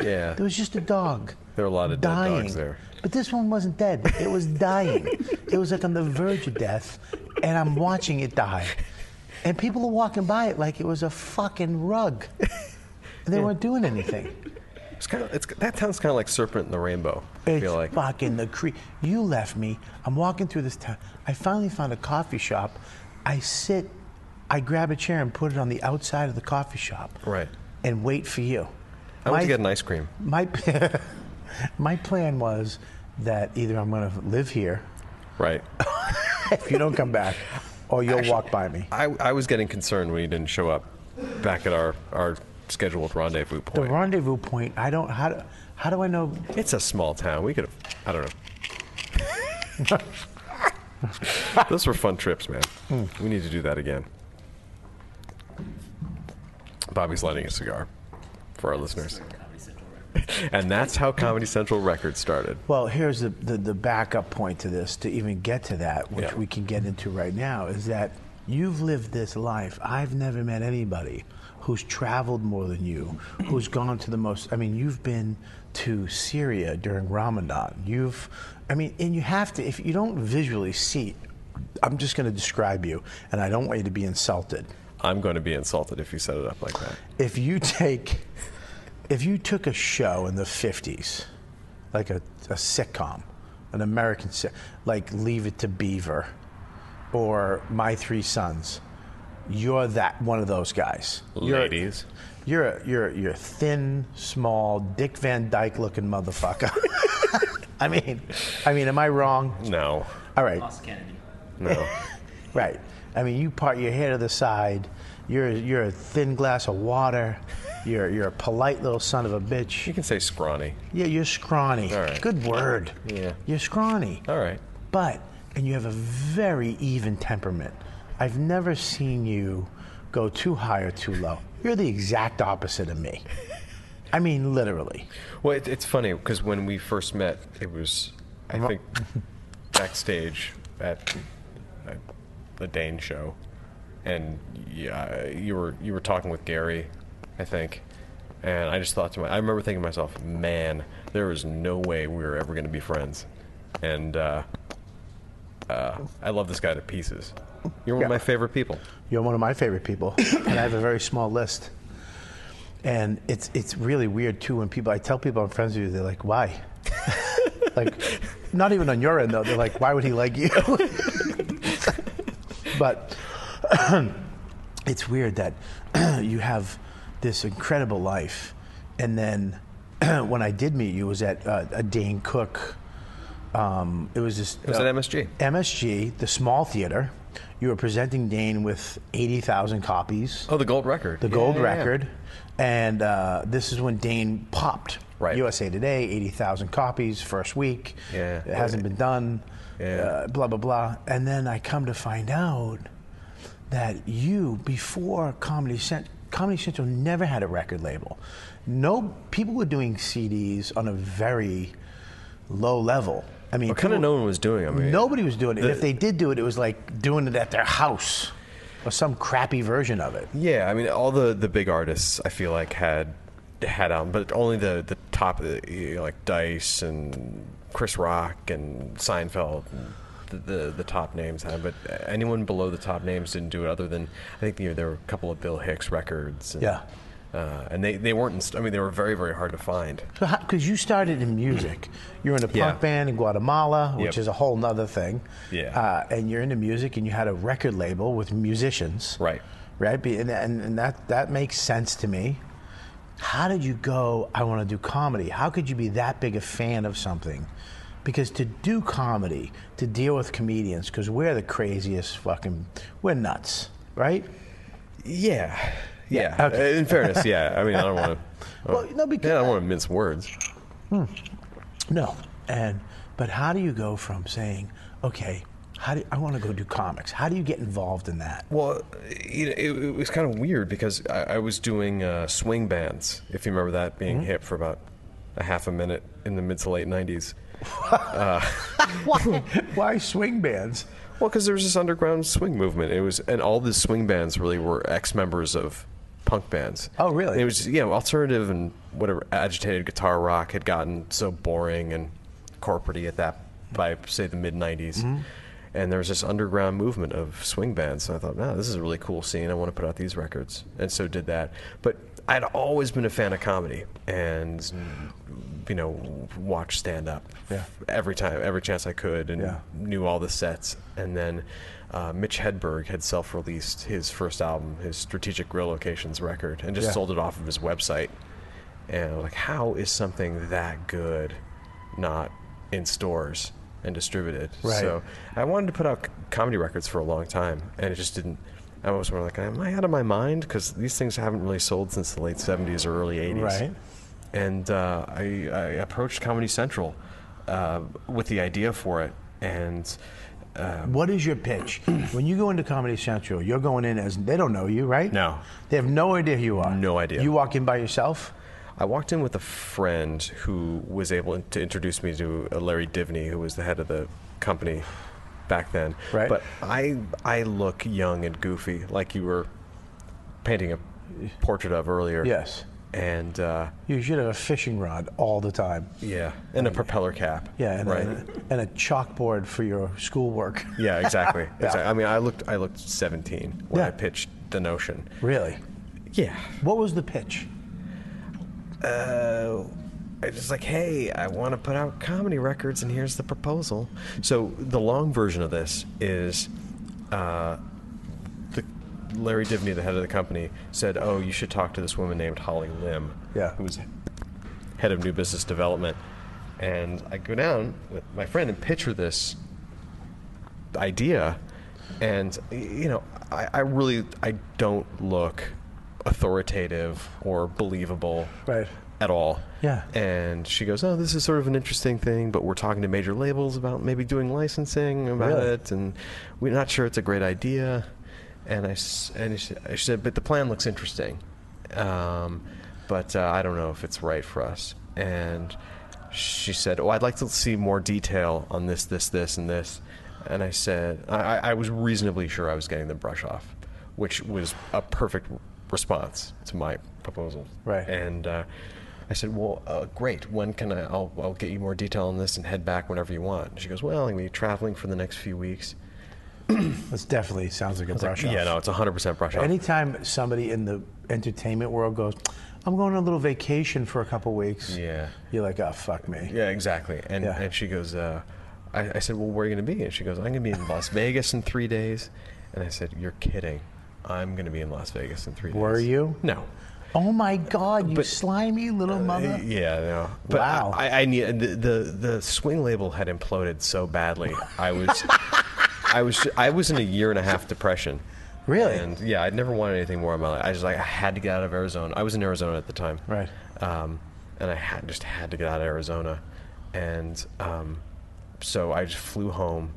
[SPEAKER 7] Yeah.
[SPEAKER 5] There was just a dog.
[SPEAKER 7] There were a lot of dead
[SPEAKER 5] dying.
[SPEAKER 7] dogs there.
[SPEAKER 5] But this one wasn't dead. It was dying. it was like on the verge of death, and I'm watching it die. And people are walking by it like it was a fucking rug. They weren't doing anything.
[SPEAKER 7] It's kind of, it's, that sounds kind of like Serpent in the Rainbow. I feel like.
[SPEAKER 5] Fucking the creek. You left me. I'm walking through this town. I finally found a coffee shop. I sit, I grab a chair and put it on the outside of the coffee shop
[SPEAKER 7] Right.
[SPEAKER 5] and wait for you.
[SPEAKER 7] I went
[SPEAKER 5] My-
[SPEAKER 7] to get an ice cream.
[SPEAKER 5] My, my plan was that either I'm going to live here
[SPEAKER 7] Right.
[SPEAKER 5] if you don't come back, or you'll walk by me.
[SPEAKER 7] I, I was getting concerned when you didn't show up back at our, our scheduled rendezvous point.
[SPEAKER 5] The rendezvous point, I don't, how do, how do I know?
[SPEAKER 7] It's a small town. We could have, I don't know. Those were fun trips, man. We need to do that again. Bobby's lighting a cigar for our listeners. And that's how Comedy Central Records started.
[SPEAKER 5] Well, here's the, the, the backup point to this, to even get to that, which
[SPEAKER 7] Yeah.
[SPEAKER 5] we can get into right now, is that you've lived this life. I've never met anybody who's traveled more than you, who's gone to the most. I mean, you've been to Syria during Ramadan. You've, I mean, and you have to, if you don't visually see, I'm just going to describe you, and I don't want you to be insulted.
[SPEAKER 7] I'm going to be insulted if you set it up like that.
[SPEAKER 5] if you take if you took a show in the 50s like a, a sitcom an american sit, like leave it to beaver or my three sons you're that one of those guys You're-
[SPEAKER 7] Ladies.
[SPEAKER 5] you're a, you're a, you're a thin, small, Dick Van Dyke looking motherfucker. I mean, I mean, am I wrong?
[SPEAKER 7] No.
[SPEAKER 5] All right.
[SPEAKER 12] Kennedy.
[SPEAKER 7] No.
[SPEAKER 5] right. I mean, you part your hair to the side. You're you're a thin glass of water. You're you're a polite little son of a bitch. You
[SPEAKER 7] can say scrawny.
[SPEAKER 5] Yeah, you're scrawny.
[SPEAKER 7] All right.
[SPEAKER 5] Good word.
[SPEAKER 7] Yeah.
[SPEAKER 5] You're scrawny.
[SPEAKER 7] All right.
[SPEAKER 5] But and you have a very even temperament. I've never seen you go too high or too low. You're the exact opposite of me. I mean, literally.
[SPEAKER 7] Well, it, it's funny because when we first met, it was I think backstage at, at the Dane show, and yeah, you were you were talking with Gary, I think, and I just thought to my I remember thinking to myself, man, there is no way we were ever going to be friends, and uh, uh, I love this guy to pieces. You're one of my favorite people.
[SPEAKER 5] You're one of my favorite people, and I have a very small list. And it's it's really weird too when people I tell people I'm friends with you, they're like, why? like, not even on your end though. They're like, why would he like you? but it's weird that you have this incredible life, and then when I did meet you, it was at uh, a Dane Cook. Um, it was this. It
[SPEAKER 7] was at MSG.
[SPEAKER 5] MSG, the small theater. You were presenting Dane with eighty thousand copies.
[SPEAKER 7] Oh, the gold record.
[SPEAKER 5] The
[SPEAKER 7] Yeah,
[SPEAKER 5] gold
[SPEAKER 7] yeah, yeah.
[SPEAKER 5] record, and uh, this is when Dane popped. Right. USA Today, eighty thousand copies first week.
[SPEAKER 7] Yeah.
[SPEAKER 5] It hasn't been done.
[SPEAKER 7] Yeah.
[SPEAKER 5] Uh, blah blah blah. And then I come to find out that you before Comedy Central. Comedy Central never had a record label. No people were doing CDs on a very low level. I mean,
[SPEAKER 7] Well, kind of
[SPEAKER 5] people-
[SPEAKER 7] no one was doing. it, I mean,
[SPEAKER 5] Nobody was doing it.
[SPEAKER 7] The-
[SPEAKER 5] and if they did do it, it was like doing it at their house or some crappy version of it.
[SPEAKER 7] Yeah, I mean, all the, the big artists I feel like had had on, but only the the top of the you know, like Dice and Chris Rock and Seinfeld. And the, the the top names had, but anyone below the top names didn't do it. Other than I think you know, there were a couple of Bill Hicks records. And,
[SPEAKER 5] Yeah.
[SPEAKER 7] Uh, and they, they weren't. in st- I mean, they were very very hard to find.
[SPEAKER 5] So, because you started in music, you're in a punk
[SPEAKER 7] Yeah.
[SPEAKER 5] band in Guatemala, which
[SPEAKER 7] Yep.
[SPEAKER 5] is a whole nother thing.
[SPEAKER 7] Yeah.
[SPEAKER 5] Uh, and you're into music, and you had a record label with musicians.
[SPEAKER 7] Right.
[SPEAKER 5] Right. Be- And, and, and that that makes sense to me. How did you go? I want to do comedy. How could you be that big a fan of something? Because to do comedy, to deal with comedians, because we're the craziest fucking, we're nuts, right?
[SPEAKER 7] Yeah. Yeah.
[SPEAKER 5] Okay.
[SPEAKER 7] In fairness, yeah. I mean, I don't want to.
[SPEAKER 5] Well, no, because-
[SPEAKER 7] I don't want to mince words.
[SPEAKER 5] Hmm. No, and but how do you go from saying, okay, how do I want to go do comics? How do you get involved in that?
[SPEAKER 7] Well, you know, it, it was kind of weird because I, I was doing uh, swing bands, if you remember that being
[SPEAKER 5] Mhm.
[SPEAKER 7] hip for about a half a minute in the mid to late 90s. uh,
[SPEAKER 5] Why, why swing bands?
[SPEAKER 7] Well, because there was this underground swing movement. It was, and all the swing bands really were ex members of punk bands.
[SPEAKER 5] Oh, really?
[SPEAKER 7] And it was, yeah, alternative and whatever agitated guitar rock had gotten so boring and corporatey at that by say the mid '90s.
[SPEAKER 5] Mhm.
[SPEAKER 7] And there was this underground movement of swing bands, and I thought, "Wow, this is a really cool scene. I want to put out these records," and so did that. But I'd always been a fan of comedy, and you know, watch stand up
[SPEAKER 5] Yeah.
[SPEAKER 7] every time, every chance I could, and
[SPEAKER 5] Yeah.
[SPEAKER 7] knew all the sets. And then uh, Mitch Hedberg had self-released his first album, his Strategic Grill Locations record, and just
[SPEAKER 5] Yeah.
[SPEAKER 7] sold it off of his website. And I was like, how is something that good not in stores and distributed?
[SPEAKER 5] Right.
[SPEAKER 7] So I wanted to put out c- comedy records for a long time, and it just didn't. I was more like, am I out of my mind? Because these things haven't really sold since the late 70s or early 80s
[SPEAKER 5] Right.
[SPEAKER 7] and uh, I, I approached Comedy Central uh, with the idea for it, and uh,
[SPEAKER 5] What is your pitch? when you go into Comedy Central, you're going in as they don't know you, right?
[SPEAKER 7] No.
[SPEAKER 5] They have no idea who you are.
[SPEAKER 7] no idea.
[SPEAKER 5] You walk in by yourself?
[SPEAKER 7] I walked in with a friend who was able to introduce me to uh, Larry Divney, who was the head of the company back then.
[SPEAKER 5] Right.
[SPEAKER 7] But I I look young and goofy, like you were painting a portrait of earlier.
[SPEAKER 5] Yes.
[SPEAKER 7] And uh,
[SPEAKER 5] You should have a fishing rod all the time.
[SPEAKER 7] yeah, and a propeller cap.
[SPEAKER 5] Yeah, and,
[SPEAKER 7] right.
[SPEAKER 5] a, and a chalkboard for your schoolwork.
[SPEAKER 7] Yeah, exactly.
[SPEAKER 5] Yeah.
[SPEAKER 7] exactly. I mean, I looked I looked 17 when
[SPEAKER 5] Yeah.
[SPEAKER 7] I pitched the notion.
[SPEAKER 5] Really?
[SPEAKER 7] Yeah.
[SPEAKER 5] What was the pitch?
[SPEAKER 7] Uh, I was like, hey, I want to put out comedy records, and here's the proposal. So the long version of this is, uh, the Larry Divney, the head of the company, said, oh, you should talk to this woman named Holly Lim,
[SPEAKER 5] Yeah.
[SPEAKER 7] who was head of new business development. And I go down with my friend and picture this idea and y- you know I, I really i don't look authoritative or believable
[SPEAKER 5] Right.
[SPEAKER 7] at all
[SPEAKER 5] Yeah.
[SPEAKER 7] and she goes oh this is sort of an interesting thing but we're talking to major labels about maybe doing licensing about
[SPEAKER 5] Really?
[SPEAKER 7] it and we're not sure it's a great idea and i s- and she, she said but the plan looks interesting um, but uh, i don't know if it's right for us and she said, "Oh, I'd like to see more detail on this, this, this, and this." And I said, I, I- "I was reasonably sure I was getting the brush off," which was a perfect response to my proposal.
[SPEAKER 5] Right.
[SPEAKER 7] And uh, I said, "Well, uh, great. When can I? I'll, I'll get you more detail on this and head back whenever you want." And she goes, "Well, I'm gonna be traveling for the next few weeks."
[SPEAKER 5] This definitely sounds like a
[SPEAKER 7] I was like,
[SPEAKER 5] brush off.
[SPEAKER 7] yeah, no, it's 100% brush off.
[SPEAKER 5] Anytime somebody in the entertainment world goes, I'm going on a little vacation for a couple weeks,
[SPEAKER 7] yeah.
[SPEAKER 5] you're like, oh, fuck me.
[SPEAKER 7] Yeah, exactly. And
[SPEAKER 5] Yeah.
[SPEAKER 7] and she goes, uh, I, I said, well, where are you going to be? And she goes, I'm going to be in Las Vegas in three days. And I said, you're kidding. I'm going to be in Las Vegas in three days.
[SPEAKER 5] Were you?
[SPEAKER 7] No.
[SPEAKER 5] Oh my God, you
[SPEAKER 7] But-
[SPEAKER 5] slimy little mother.
[SPEAKER 7] Uh, Yeah, no. But
[SPEAKER 5] Wow.
[SPEAKER 7] I, I need the, the the swing label had imploded so badly. I was. I was I was in a year and a half depression.
[SPEAKER 5] Really?
[SPEAKER 7] And yeah, I'd never wanted anything more in my life. I just like I had to get out of Arizona. I was in Arizona at the time.
[SPEAKER 5] Right.
[SPEAKER 7] Um, and I had, just had to get out of Arizona, and um, so I just flew home,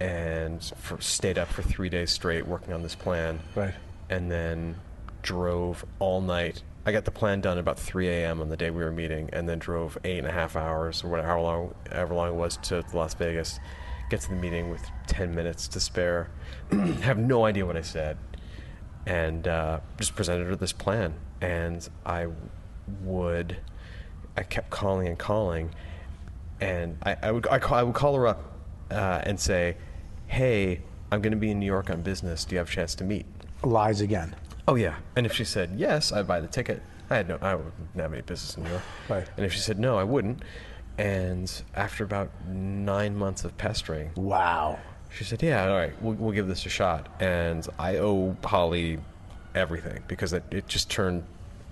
[SPEAKER 7] and for, stayed up for three days straight working on this plan.
[SPEAKER 5] Right.
[SPEAKER 7] And then drove all night. I got the plan done about 3 a.m. on the day we were meeting, and then drove eight and a half hours or whatever long, however long it was to Las Vegas. Get to the meeting with 10 minutes to spare. Have no idea what I said, and uh, just presented her this plan. And I would, I kept calling and calling, and I, I would I, call, I would call her up uh, and say, "Hey, I'm going to be in New York on business. Do you have a chance to meet?"
[SPEAKER 5] Lies again.
[SPEAKER 7] Oh yeah. And if she said yes, I'd buy the ticket. I had no, I wouldn't have any business in New York.
[SPEAKER 5] Right.
[SPEAKER 7] And if she said no, I wouldn't. And after about nine months of pestering,
[SPEAKER 5] Wow.
[SPEAKER 7] she said, "Yeah, all right, we'll, we'll give this a shot." And I owe Holly everything because it, it just turned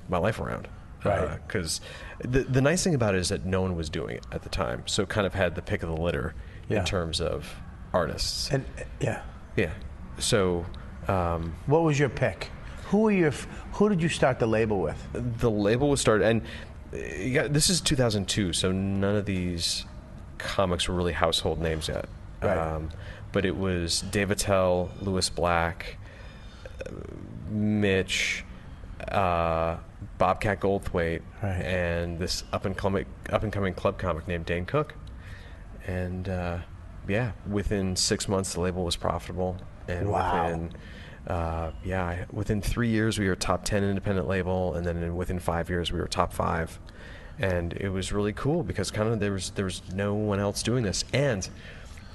[SPEAKER 7] my life around.
[SPEAKER 5] Right.
[SPEAKER 7] Because the the nice thing about it is that no one was doing it at the time, so it kind of had the pick of the litter
[SPEAKER 5] Yeah.
[SPEAKER 7] in terms of artists.
[SPEAKER 5] And yeah,
[SPEAKER 7] yeah. So um,
[SPEAKER 5] what was your pick? Who were your? f- Who did you start the label with?
[SPEAKER 7] the label was started, and uh, you got, this is 2002, so none of these comics were really household names yet. Um,
[SPEAKER 5] Right.
[SPEAKER 7] but it was Dave Attell, Lewis Black, uh, Mitch, uh, Bobcat Goldthwait,
[SPEAKER 5] Right.
[SPEAKER 7] and this up and coming up and coming club comic named Dane Cook, and uh, yeah, within six months the label was profitable, and
[SPEAKER 5] Wow.
[SPEAKER 7] within uh, yeah, I- within three years we were top ten independent label, and then in, within five years we were top five, and it was really cool because kind of there was there was no one else doing this, and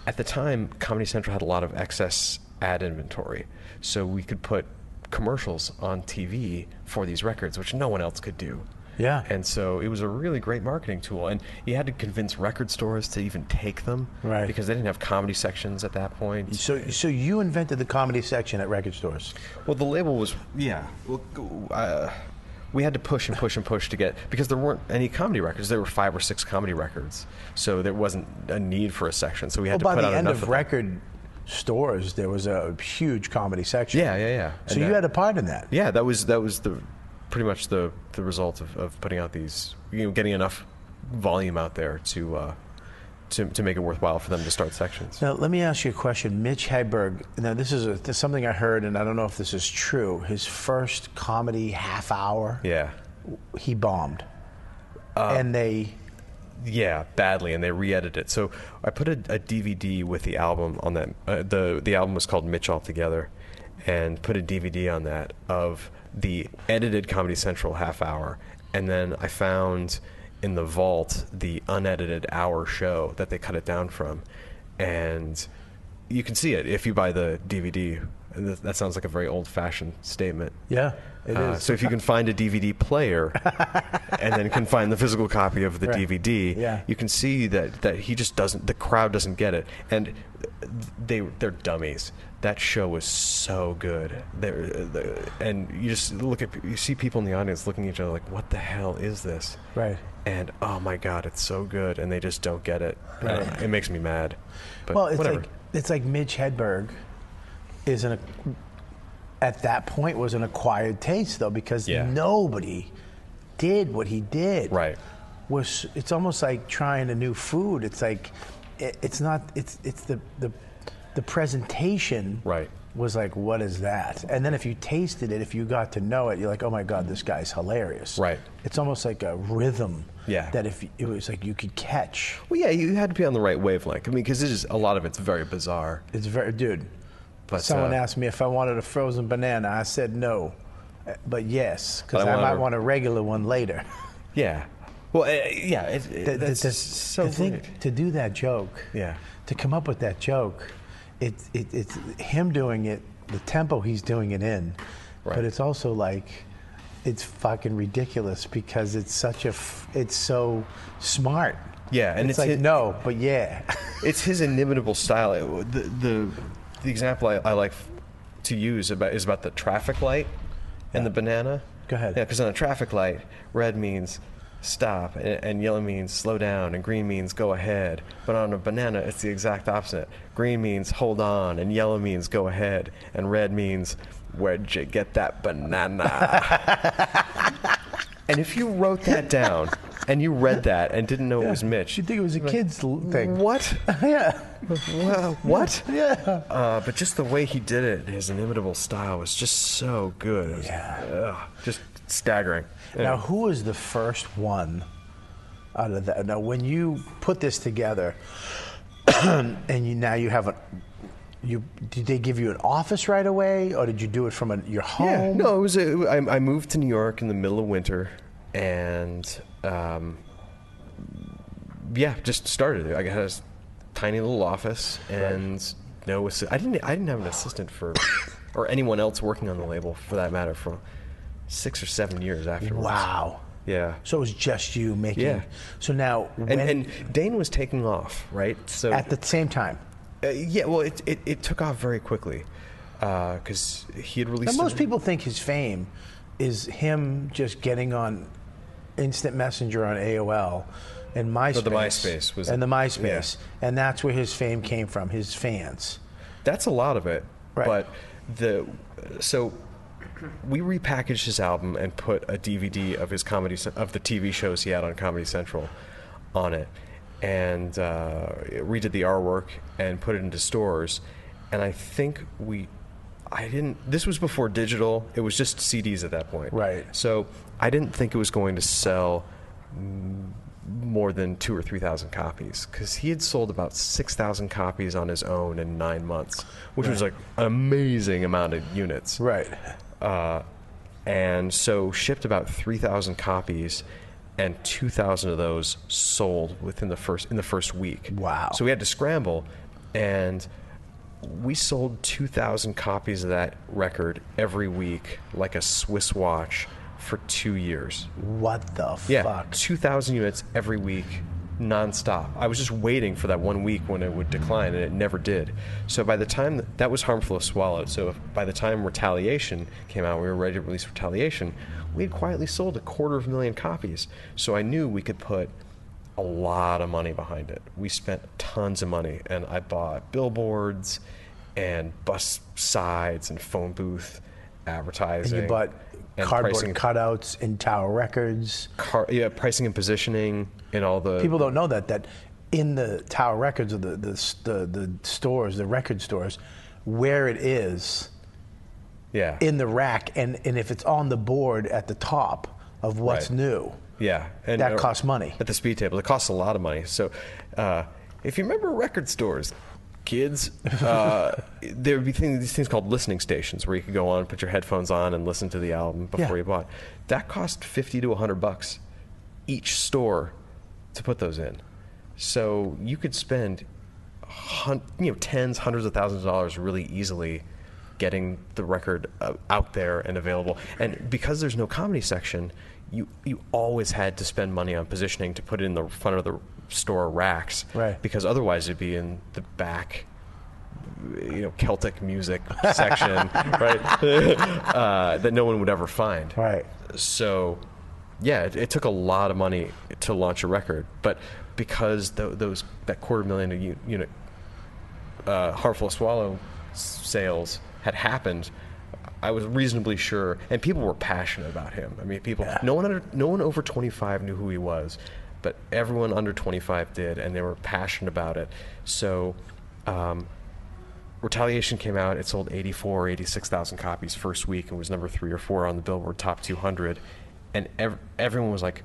[SPEAKER 7] at the time Comedy Central had a lot of excess ad inventory, so we could put commercials on TV for these records, which no one else could do.
[SPEAKER 5] Yeah.
[SPEAKER 7] And so it was a really great marketing tool. And you had to convince record stores to even take them. Right. Because they didn't have comedy sections at that point.
[SPEAKER 5] So, so you invented the comedy section at record stores.
[SPEAKER 7] Well, the label was, yeah. Well, go- uh, we had to push and push and push to get, because there weren't any comedy records. There were five or six comedy records. So there wasn't a need for a section. So we had
[SPEAKER 5] well, by
[SPEAKER 7] to put
[SPEAKER 5] the
[SPEAKER 7] out
[SPEAKER 5] end
[SPEAKER 7] enough
[SPEAKER 5] of record stores, there was a huge comedy section.
[SPEAKER 7] Yeah, yeah, yeah.
[SPEAKER 5] So
[SPEAKER 7] And
[SPEAKER 5] you
[SPEAKER 7] that-
[SPEAKER 5] had a part in that.
[SPEAKER 7] Yeah, that was that was the pretty much the the result of, of putting out these you know getting enough volume out there to uh, to to make it worthwhile for them to start sections.
[SPEAKER 5] Now, let me ask you a question. Mitch Hedberg, now, this is, a, this is something I heard, and I don't know if this is true. His first comedy half hour,
[SPEAKER 7] Yeah,
[SPEAKER 5] he bombed. and they
[SPEAKER 7] yeah, badly, and they re-edited it. So I put a, a DVD with the album on that. Uh, the the album was called Mitch All Together, and put a DVD on that of the edited Comedy Central half hour, and then I found in the vault the unedited hour show that they cut it down from, and you can see it if you buy the DVD. And th- That sounds like a very old-fashioned statement.
[SPEAKER 5] Yeah, it
[SPEAKER 7] Uh,
[SPEAKER 5] is.
[SPEAKER 7] So if you can find a DVD player, and then can find the physical copy of the
[SPEAKER 5] Right.
[SPEAKER 7] DVD,
[SPEAKER 5] Yeah.
[SPEAKER 7] you can see that that he just doesn't. The crowd doesn't get it, and they they're dummies. That show was so good. They're, the- and you just look at you see people in the audience looking at each other like, "What the hell is this?"
[SPEAKER 5] Right.
[SPEAKER 7] And oh my god, it's so good, and they just don't get it. And
[SPEAKER 5] Right.
[SPEAKER 7] It makes me mad. But
[SPEAKER 5] well, it's
[SPEAKER 7] whatever.
[SPEAKER 5] like it's like Mitch Hedberg is an at that point was an acquired taste though because
[SPEAKER 7] Yeah.
[SPEAKER 5] nobody did what he did.
[SPEAKER 7] Right.
[SPEAKER 5] Was it's almost like trying a new food. It's like it, it's not it's it's the the the presentation
[SPEAKER 7] Right.
[SPEAKER 5] was like what is that? And then if you tasted it, if you got to know it, you're like, "Oh my god, this guy's hilarious."
[SPEAKER 7] Right.
[SPEAKER 5] It's almost like a rhythm
[SPEAKER 7] Yeah.
[SPEAKER 5] that if it was like you could catch.
[SPEAKER 7] well, yeah, you had to be on the right wavelength. I mean, because it is a lot of it's very bizarre.
[SPEAKER 5] It's very, dude.
[SPEAKER 7] But,
[SPEAKER 5] someone
[SPEAKER 7] uh,
[SPEAKER 5] asked me if I wanted a frozen banana. I said no, Uh, but yes,
[SPEAKER 7] But
[SPEAKER 5] because
[SPEAKER 7] I
[SPEAKER 5] I,
[SPEAKER 7] want
[SPEAKER 5] might
[SPEAKER 7] a-
[SPEAKER 5] want a regular one later.
[SPEAKER 7] Yeah. Well, uh, yeah, it, it-
[SPEAKER 5] The- the-
[SPEAKER 7] that's
[SPEAKER 5] the-
[SPEAKER 7] so
[SPEAKER 5] to think-
[SPEAKER 7] weird.
[SPEAKER 5] to do that joke.
[SPEAKER 7] Yeah.
[SPEAKER 5] To come up with that joke, it, it, it's him doing it, the tempo he's doing it in,
[SPEAKER 7] Right.
[SPEAKER 5] but it's also like. It's fucking ridiculous because it's such a, f- it's so smart.
[SPEAKER 7] Yeah, and it's
[SPEAKER 5] like
[SPEAKER 7] hit-
[SPEAKER 5] no, but yeah,
[SPEAKER 7] It's his inimitable style. It- the, the, the example I, I like f- to use about is about the traffic light and the banana.
[SPEAKER 5] Go ahead.
[SPEAKER 7] Yeah, because on a traffic light, red means stop, and, and yellow means slow down, and green means go ahead. But on a banana, it's the exact opposite. Green means hold on, and yellow means go ahead, and red means where'd you get that banana? And if you wrote that down and you read that and didn't know it was Mitch,
[SPEAKER 5] you'd think it was a kid's l- thing.
[SPEAKER 7] what?
[SPEAKER 5] yeah,
[SPEAKER 7] Well, Uh, what?
[SPEAKER 5] yeah.
[SPEAKER 7] Uh, but just the way he did it, his inimitable style was just so good. It was, ugh, just staggering.
[SPEAKER 5] Now, who was the first one out of that? Now, when you put this together, and you now you have a, you did they give you an office right away, or did you do it from a, your
[SPEAKER 7] Yeah,
[SPEAKER 5] home?
[SPEAKER 7] no, it was. A, I, I moved to New York in the middle of winter, and um, yeah, just started. I had a s- tiny little office, and no, assi- I didn't. I didn't have an assistant for, or anyone else working on the label for that matter, for six or seven years afterwards.
[SPEAKER 5] Wow.
[SPEAKER 7] Yeah.
[SPEAKER 5] So it was just you making.
[SPEAKER 7] Yeah.
[SPEAKER 5] So now, when,
[SPEAKER 7] And, and Dane was taking off, right? So
[SPEAKER 5] at the same time,
[SPEAKER 7] uh, yeah, well, it, it, it took off very quickly because he had
[SPEAKER 5] now
[SPEAKER 7] released.
[SPEAKER 5] most
[SPEAKER 7] a-
[SPEAKER 5] people think his fame is him just getting on instant messenger on AOL. And MySpace,
[SPEAKER 7] the MySpace was-
[SPEAKER 5] and the MySpace, and that's where his fame came from. His fans.
[SPEAKER 7] That's a lot of it.
[SPEAKER 5] Right.
[SPEAKER 7] But the so we repackaged his album and put a DVD of his comedy cen- of the TV shows he had on Comedy Central on it, and uh, redid the artwork and put it into stores. And I think we, I didn't. This was before digital. It was just CDs at that point.
[SPEAKER 5] Right.
[SPEAKER 7] So I didn't think it was going to sell more than two or three thousand copies because he had sold about six thousand copies on his own in nine months, which was
[SPEAKER 5] Right.
[SPEAKER 7] like an amazing amount of units.
[SPEAKER 5] Right.
[SPEAKER 7] Uh, and so shipped about three thousand copies, and two thousand of those sold within the first in the first week. Wow! So we had to scramble, and we sold 2,000 copies of that record every week, like a Swiss watch, for two years.
[SPEAKER 5] What the
[SPEAKER 7] yeah, fuck? 2,000 units every week, nonstop. I was just waiting for that one week when it would decline, and it never did. So by the time that, was harmful to swallow. So if, by the time Retaliation came out, we were ready to release Retaliation. We had quietly sold a quarter of a million copies. So I knew we could put a lot of money behind it. We spent tons of money, and I bought billboards and bus sides and phone booth advertising.
[SPEAKER 5] And you bought
[SPEAKER 7] and
[SPEAKER 5] cardboard
[SPEAKER 7] pricing-
[SPEAKER 5] cutouts in Tower Records.
[SPEAKER 7] car, yeah, pricing and positioning and all the
[SPEAKER 5] People don't know that that in the Tower Records or the the s- the, the stores, the record stores, where it is
[SPEAKER 7] yeah
[SPEAKER 5] in the rack, and and if it's on the board at the top of what's
[SPEAKER 7] Right.
[SPEAKER 5] new.
[SPEAKER 7] Yeah,
[SPEAKER 5] That costs money
[SPEAKER 7] at the speed table. It costs a lot of money. So, uh, if you remember record stores, kids, uh, there would be things, these things called listening stations where you could go on, put your headphones on, and listen to the album
[SPEAKER 5] Yeah.
[SPEAKER 7] before you bought. That cost fifty to hundred bucks each store to put those in. So you could spend, hun- you know, tens, hundreds of thousands of dollars really easily getting the record uh, out there and available. And because there's no comedy section, you you always had to spend money on positioning to put it in the front of the store racks,
[SPEAKER 5] Right.
[SPEAKER 7] Because otherwise it'd be in the back, you know, Celtic music section, right? uh, that no one would ever find,
[SPEAKER 5] right?
[SPEAKER 7] So, yeah, it, it took a lot of money to launch a record, but because tho- those that quarter million a u- unit uh, Harmful Swallow s- sales had happened, I was reasonably sure, and people were passionate about him. I mean, people, no one under, no one over 25 knew who he was, but everyone under 25 did, and they were passionate about it. So, um, Retaliation came out. It sold 84, 86,000 copies first week, and was number three or four on the Billboard Top 200, and ev- everyone was like,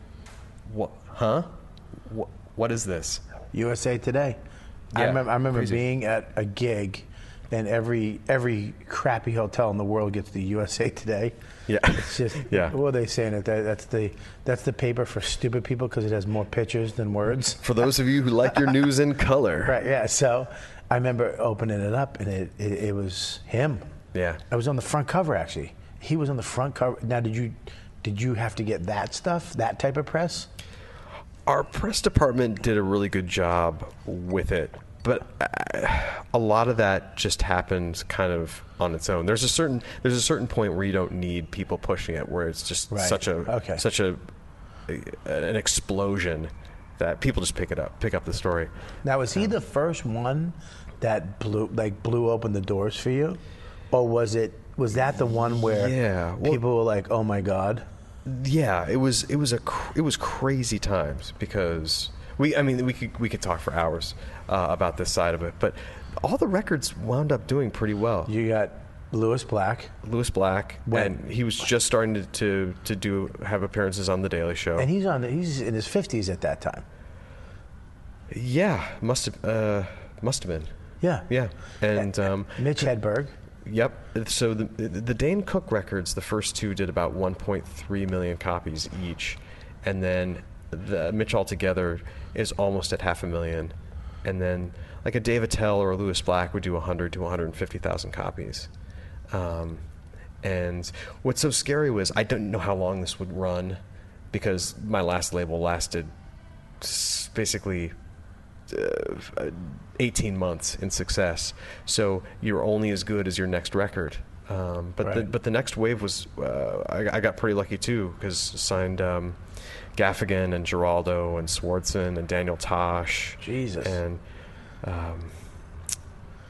[SPEAKER 7] "What? Huh? What? What is this?"
[SPEAKER 5] USA Today. I
[SPEAKER 7] Yeah,
[SPEAKER 5] remember, I remember
[SPEAKER 7] crazy.
[SPEAKER 5] being at a gig, and every every crappy hotel in the world gets the USA Today.
[SPEAKER 7] Yeah.
[SPEAKER 5] it's just
[SPEAKER 7] Yeah.
[SPEAKER 5] What are they saying? That that- that's the that's the paper for stupid people because it has more pictures than words.
[SPEAKER 7] For those of you who like your news in color,
[SPEAKER 5] Right. Yeah. So I remember opening it up, and it it, it was him.
[SPEAKER 7] Yeah.
[SPEAKER 5] I was on the front cover actually. He was on the front cover. Now, did you did you have to get that stuff, that type of press?
[SPEAKER 7] Our press department did a really good job with it, but uh, a lot of that just happened kind of on its own. There's a certain there's a certain point where you don't need people pushing it, where it's just
[SPEAKER 5] Right.
[SPEAKER 7] such a
[SPEAKER 5] Okay.
[SPEAKER 7] such a an explosion that people just pick it up, pick up the story.
[SPEAKER 5] Now, was he the first one that blew like blew open the doors for you, or was it was that the one where
[SPEAKER 7] Yeah, well-
[SPEAKER 5] people were like, "Oh my god"?
[SPEAKER 7] yeah, it was it was a cr- it was crazy times because we I mean we could we could talk for hours uh, about this side of it, but all the records wound up doing pretty well.
[SPEAKER 5] You got Lewis Black,
[SPEAKER 7] Lewis Black,
[SPEAKER 5] When-
[SPEAKER 7] and he was just starting to, to to do have appearances on the Daily Show.
[SPEAKER 5] and he's on the, he's in his fifties at that time.
[SPEAKER 7] yeah, must have uh, must have been.
[SPEAKER 5] Yeah,
[SPEAKER 7] Yeah, and um,
[SPEAKER 5] Mitch Hedberg.
[SPEAKER 7] Yep. So the the Dane Cook records, the first two did about 1.3 million copies each, and then the Mitch altogether is almost at half a million, and then like a Dave Attell or a Lewis Black would do 100 to 150,000 copies. Um, and what's so scary was I don't know how long this would run, because my last label lasted s- basically uh, 18 months in success. So you're only as good as your next record. Um, but the
[SPEAKER 5] Right.
[SPEAKER 7] but the next wave was uh, I, I got pretty lucky too because signed um, Gaffigan and Geraldo and Swartzen and Daniel Tosh.
[SPEAKER 5] Jesus.
[SPEAKER 7] And um,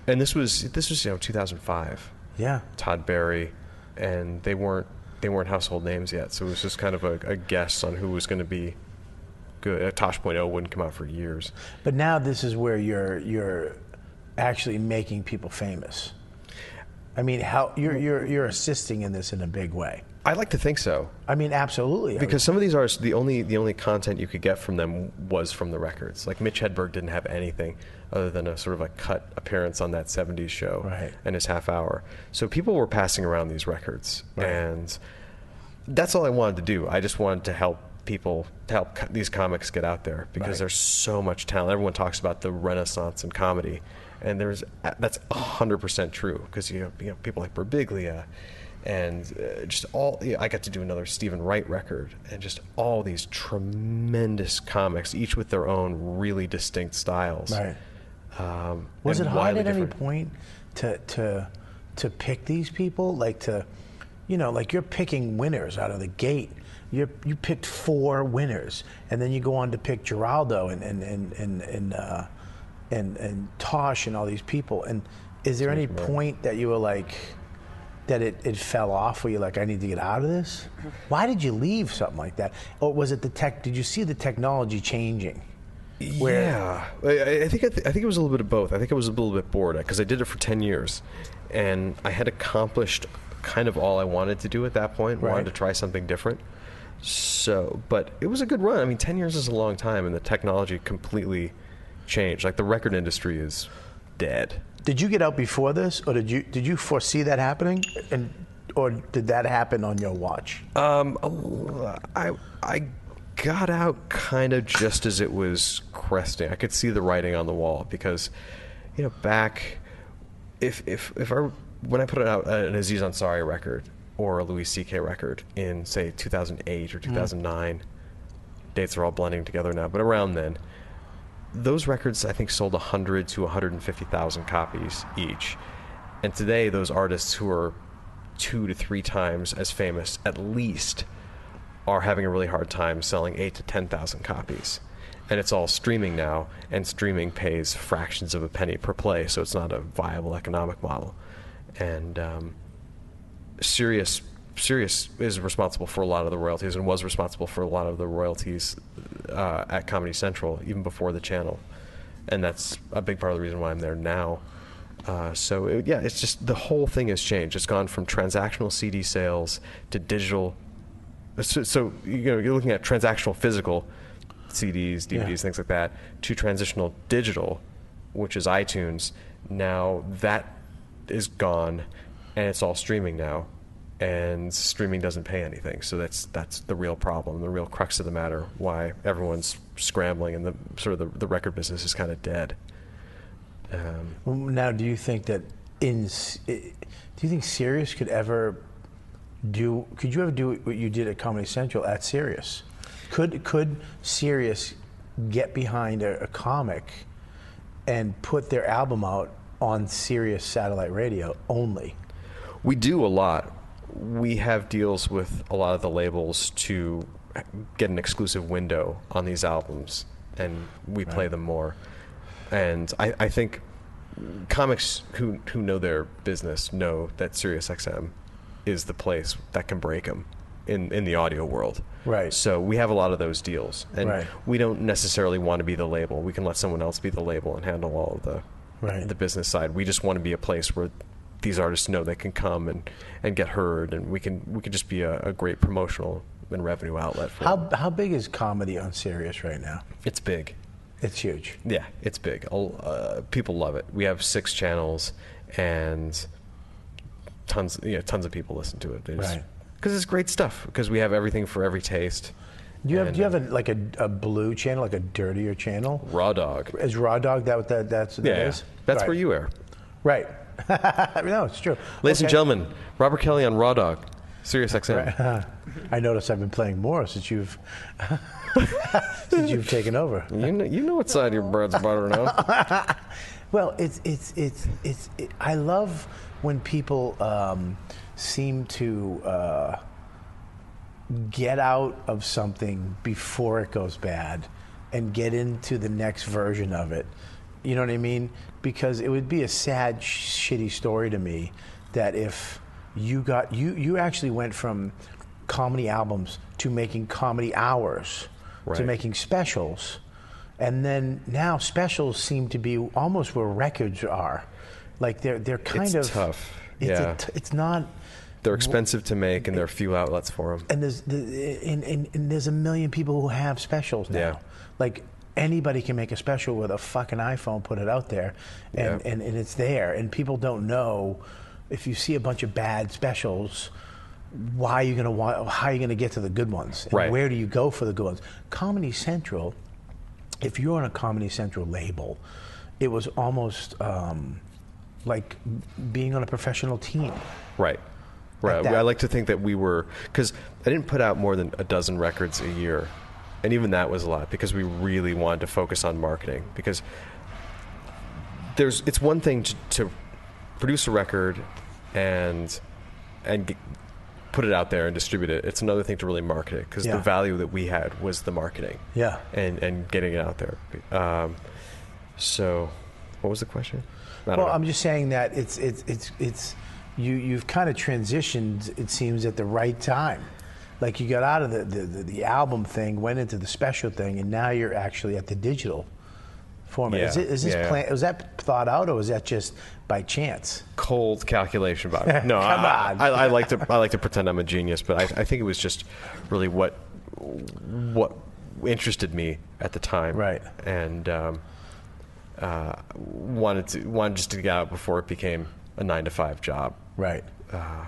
[SPEAKER 7] and this was this was you know 2005.
[SPEAKER 5] Yeah,
[SPEAKER 7] Todd Berry, and they weren't they weren't household names yet. So it was just kind of a, a guess on who was going to be good. Uh, Tosh.0 wouldn't come out for years.
[SPEAKER 5] but now this is where you're you're actually making people famous. I mean, how you're you're you're assisting in this in a big way.
[SPEAKER 7] I like to think so.
[SPEAKER 5] I mean, absolutely.
[SPEAKER 7] Because some of these artists, the only the only content you could get from them was from the records. Like Mitch Hedberg didn't have anything other than a sort of a cut appearance on that '70s show
[SPEAKER 5] Right.
[SPEAKER 7] and his half hour. So people were passing around these records, and that's all I wanted to do. I just wanted to help people, to help co- these comics get out there because
[SPEAKER 5] Right.
[SPEAKER 7] there's so much talent. Everyone talks about the renaissance in comedy, and there's uh, that's 100% true because you, know, you know people like Berbiglia and uh, just all you know, I got to do another Stephen Wright record and just all these tremendous comics, each with their own really distinct styles.
[SPEAKER 5] Right.
[SPEAKER 7] Um,
[SPEAKER 5] Was it
[SPEAKER 7] and
[SPEAKER 5] hard
[SPEAKER 7] widely
[SPEAKER 5] at any
[SPEAKER 7] different.
[SPEAKER 5] point to to to pick these people? Like to, you know, like you're picking winners out of the gate. You you picked four winners, and then you go on to pick Geraldo and and and and and uh, and, and Tosh and all these people. And is there any point that you were like? That it, it fell off where you're like, I need to get out of this? Why did you leave something like that? Or was it the tech? Did you see the technology changing? Where-
[SPEAKER 7] yeah, I, I think I, th- I think it was a little bit of both. I think I was a little bit bored because I did it for ten years, and I had accomplished kind of all I wanted to do at that point.
[SPEAKER 5] Right.
[SPEAKER 7] Wanted to try something different. So, but it was a good run. I mean, ten years is a long time, and the technology completely changed. Like the record industry is dead.
[SPEAKER 5] Did you get out before this, or did you did you foresee that happening, and or did that happen on your watch?
[SPEAKER 7] Um, a- I I got out kind of just as it was cresting. I could see the writing on the wall because, you know, back if if if I when I put out uh, an Aziz Ansari record or a Louis C.K. record in say 2008 or 2009, dates are all blending together now, but around then, those records I think sold 100 to 150,000 copies each. And today, those artists who are two to three times as famous, at least, are having a really hard time selling eight to 10,000 copies. And it's all streaming now, and streaming pays fractions of a penny per play, so it's not a viable economic model. And um, Sirius Sirius is responsible for a lot of the royalties and was responsible for a lot of the royalties uh, at Comedy Central even before the channel, and that's a big part of the reason why I'm there now. Uh, so it, yeah, it's just the whole thing has changed. It's gone from transactional CD sales to digital. So, so you know you're looking at transactional physical CDs, DVDs,
[SPEAKER 5] Yeah.
[SPEAKER 7] things like that, to transitional digital, which is iTunes. Now that is gone, and it's all streaming now, and streaming doesn't pay anything. So that's that's the real problem, the real crux of the matter. Why everyone's scrambling and the sort of the, the record business is kind of dead. Um,
[SPEAKER 5] Now, do you think that in do you think Sirius could ever do? Could you ever do what you did at Comedy Central at Sirius? Could could Sirius get behind a, a comic and put their album out on Sirius satellite radio only?
[SPEAKER 7] we do a lot. We have deals with a lot of the labels to get an exclusive window on these albums, and we play them more. And I, I think comics who who know their business know that SiriusXM is the place that can break them in in the audio world.
[SPEAKER 5] Right.
[SPEAKER 7] So we have a lot of those deals, and
[SPEAKER 5] Right.
[SPEAKER 7] we don't necessarily want to be the label. We can let someone else be the label and handle all of the
[SPEAKER 5] Right.
[SPEAKER 7] the business side. We just want to be a place where these artists know they can come and, and get heard, and we can we can just be a, a great promotional and revenue outlet for.
[SPEAKER 5] How how big is comedy on Sirius right now?
[SPEAKER 7] It's big.
[SPEAKER 5] It's huge.
[SPEAKER 7] Yeah, it's big. I'll- Uh, people love it. We have six channels and tons, you know, tons of people listen to it. Because
[SPEAKER 5] Right.
[SPEAKER 7] it's great stuff. Because we have everything for every taste.
[SPEAKER 5] Do you have
[SPEAKER 7] And,
[SPEAKER 5] do you have a, like a, a blue channel, like a dirtier channel?
[SPEAKER 7] Raw Dog.
[SPEAKER 5] Is Raw Dog that what that that's what that
[SPEAKER 7] yeah,
[SPEAKER 5] is?
[SPEAKER 7] that's
[SPEAKER 5] Right.
[SPEAKER 7] where you are,
[SPEAKER 5] Right. no, it's true.
[SPEAKER 7] ladies and
[SPEAKER 5] Okay.
[SPEAKER 7] gentlemen. Robert Kelly on Raw Dog, Sirius XM.
[SPEAKER 5] I notice I've been playing more since you've since you've taken over.
[SPEAKER 7] You know, you know what side your bread's butter now.
[SPEAKER 5] Well, it's it's it's it's. It, I love when people um, seem to uh, get out of something before it goes bad and get into the next version of it. You know what I mean? Because it would be a sad, sh- shitty story to me that if you got you you actually went from comedy albums to making comedy hours to
[SPEAKER 7] Right.
[SPEAKER 5] making specials. And then now specials seem to be almost where records are. Like they're they're kind
[SPEAKER 7] It's
[SPEAKER 5] of
[SPEAKER 7] tough.
[SPEAKER 5] It's, a
[SPEAKER 7] Yeah.
[SPEAKER 5] t- it's not.
[SPEAKER 7] They're expensive to make, and there are few outlets for them.
[SPEAKER 5] and there's the, and, and, and there's a million people who have specials now.
[SPEAKER 7] Yeah.
[SPEAKER 5] Like anybody can make a special with a fucking iPhone, put it out there, and,
[SPEAKER 7] Yeah.
[SPEAKER 5] and, and it's there. And people don't know if you see a bunch of bad specials. Why are you gonna want? How are you gonna get to the good ones? And
[SPEAKER 7] Right.
[SPEAKER 5] Where do you go for the good ones? Comedy Central. If you're on a Comedy Central label, it was almost um, like being on a professional team.
[SPEAKER 7] Right. Right.
[SPEAKER 5] that.
[SPEAKER 7] I like to think that we were because I didn't put out more than a dozen records a year, and even that was a lot because we really wanted to focus on marketing because there's it's one thing to, to produce a record and and g put it out there and distribute it. It's another thing to really market it because
[SPEAKER 5] Yeah.
[SPEAKER 7] the value that we had was the marketing.
[SPEAKER 5] Yeah.
[SPEAKER 7] And and getting it out there. Um, so, what was the question? I don't
[SPEAKER 5] Well,
[SPEAKER 7] know.
[SPEAKER 5] I'm just saying that it's it's it's it's you you've kind of transitioned. It seems at the right time, like you got out of the the, the, the album thing, went into the special thing, and now you're actually at the digital format. Is,
[SPEAKER 7] Yeah,
[SPEAKER 5] it, is this
[SPEAKER 7] yeah, yeah.
[SPEAKER 5] plan? Was that thought out, or was that just by chance?
[SPEAKER 7] cold calculation about it. No, I-
[SPEAKER 5] Come
[SPEAKER 7] I,
[SPEAKER 5] on.
[SPEAKER 7] I, I like to I like to pretend I'm a genius, but I, I think it was just really what what interested me at the time, right? And um, uh, wanted to wanted just to get out before it became a nine to five job,
[SPEAKER 5] right?
[SPEAKER 7] Uh,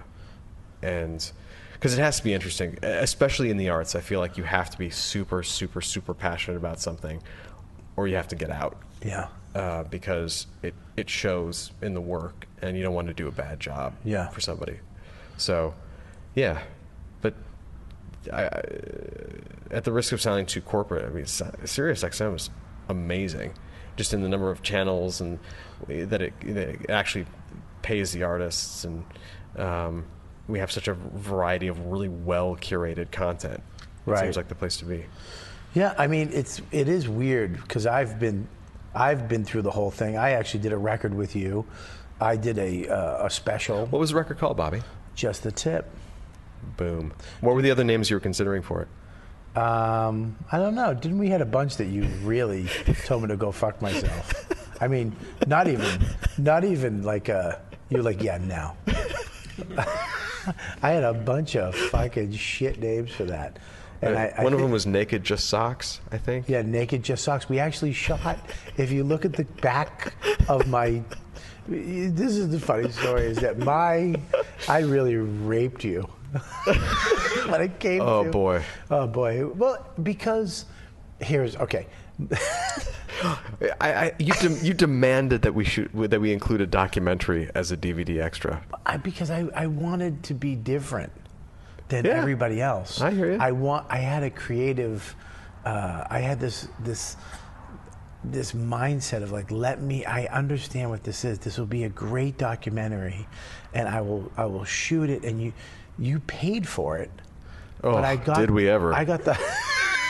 [SPEAKER 7] and because it has to be interesting, e, especially in the arts. I feel like you have to be super, super, super passionate about something, or you have to get out
[SPEAKER 5] Yeah.
[SPEAKER 7] uh, because it, it shows in the work and you don't want to do a bad job
[SPEAKER 5] Yeah.
[SPEAKER 7] for somebody. So, yeah. But I, I, at the risk of sounding too corporate, I mean, S- Sirius XM is amazing just in the number of channels and that it, that it actually pays the artists. And um, we have such a variety of really well curated content. It
[SPEAKER 5] Right.
[SPEAKER 7] seems like the place to be.
[SPEAKER 5] Yeah, I mean it's it is weird because I've been I've been through the whole thing. I actually did a record with you. I did a uh, a special. What
[SPEAKER 7] was the record called, Bobby?
[SPEAKER 5] Just the tip.
[SPEAKER 7] Boom. What were the other names you were considering for it?
[SPEAKER 5] Um, I don't know. Didn't we had a bunch that you really told me to go fuck myself? I mean, not even, not even like uh, you're like, yeah, no. I had a bunch of fucking shit names for that, and I, I
[SPEAKER 7] Uh, One of
[SPEAKER 5] thi-
[SPEAKER 7] them was naked, just socks. I think.
[SPEAKER 5] Yeah, naked just socks. We actually shot. If you look at the back of my, this is the funny story. Is that my, I really raped you when it came.
[SPEAKER 7] Oh,
[SPEAKER 5] to-
[SPEAKER 7] boy.
[SPEAKER 5] Oh boy. Well, because here's okay.
[SPEAKER 7] I, I you dem- you demanded that we shoot that we include a documentary as a DVD extra. Oh,
[SPEAKER 5] I, because I, I wanted to be different than everybody else. I hear you. I want. I had a creative. Uh, I had this this this mindset of like, let me. I understand what this is. This will be a great documentary, and I will I will shoot it. And you you paid for it.
[SPEAKER 7] Oh, did we ever.
[SPEAKER 5] I got the.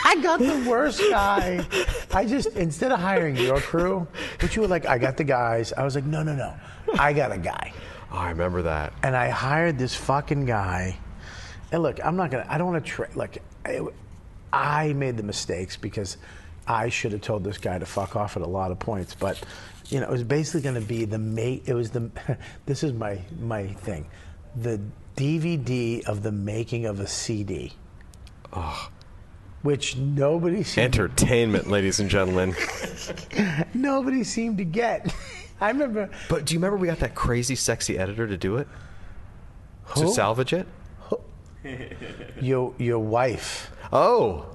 [SPEAKER 5] I got the worst guy. I just instead of hiring your crew, which you were like, I got the guys. I was like, no, no, no, I got a guy.
[SPEAKER 7] Oh, I remember that.
[SPEAKER 5] And I hired this fucking guy. And look, I'm not gonna. I don't want to. Tra- like, I, I made the mistakes because I should have told this guy to fuck off at a lot of points. But you know, it was basically going to be the mate. It was the. this is my my thing, the DVD of the making of a CD. Oh. Which nobody seemed
[SPEAKER 7] Entertainment, ladies and gentlemen.
[SPEAKER 5] nobody seemed to get. I remember
[SPEAKER 7] But do you remember we got that crazy, sexy editor to do it? To
[SPEAKER 5] Who?
[SPEAKER 7] salvage it?
[SPEAKER 5] your your wife.
[SPEAKER 7] Oh,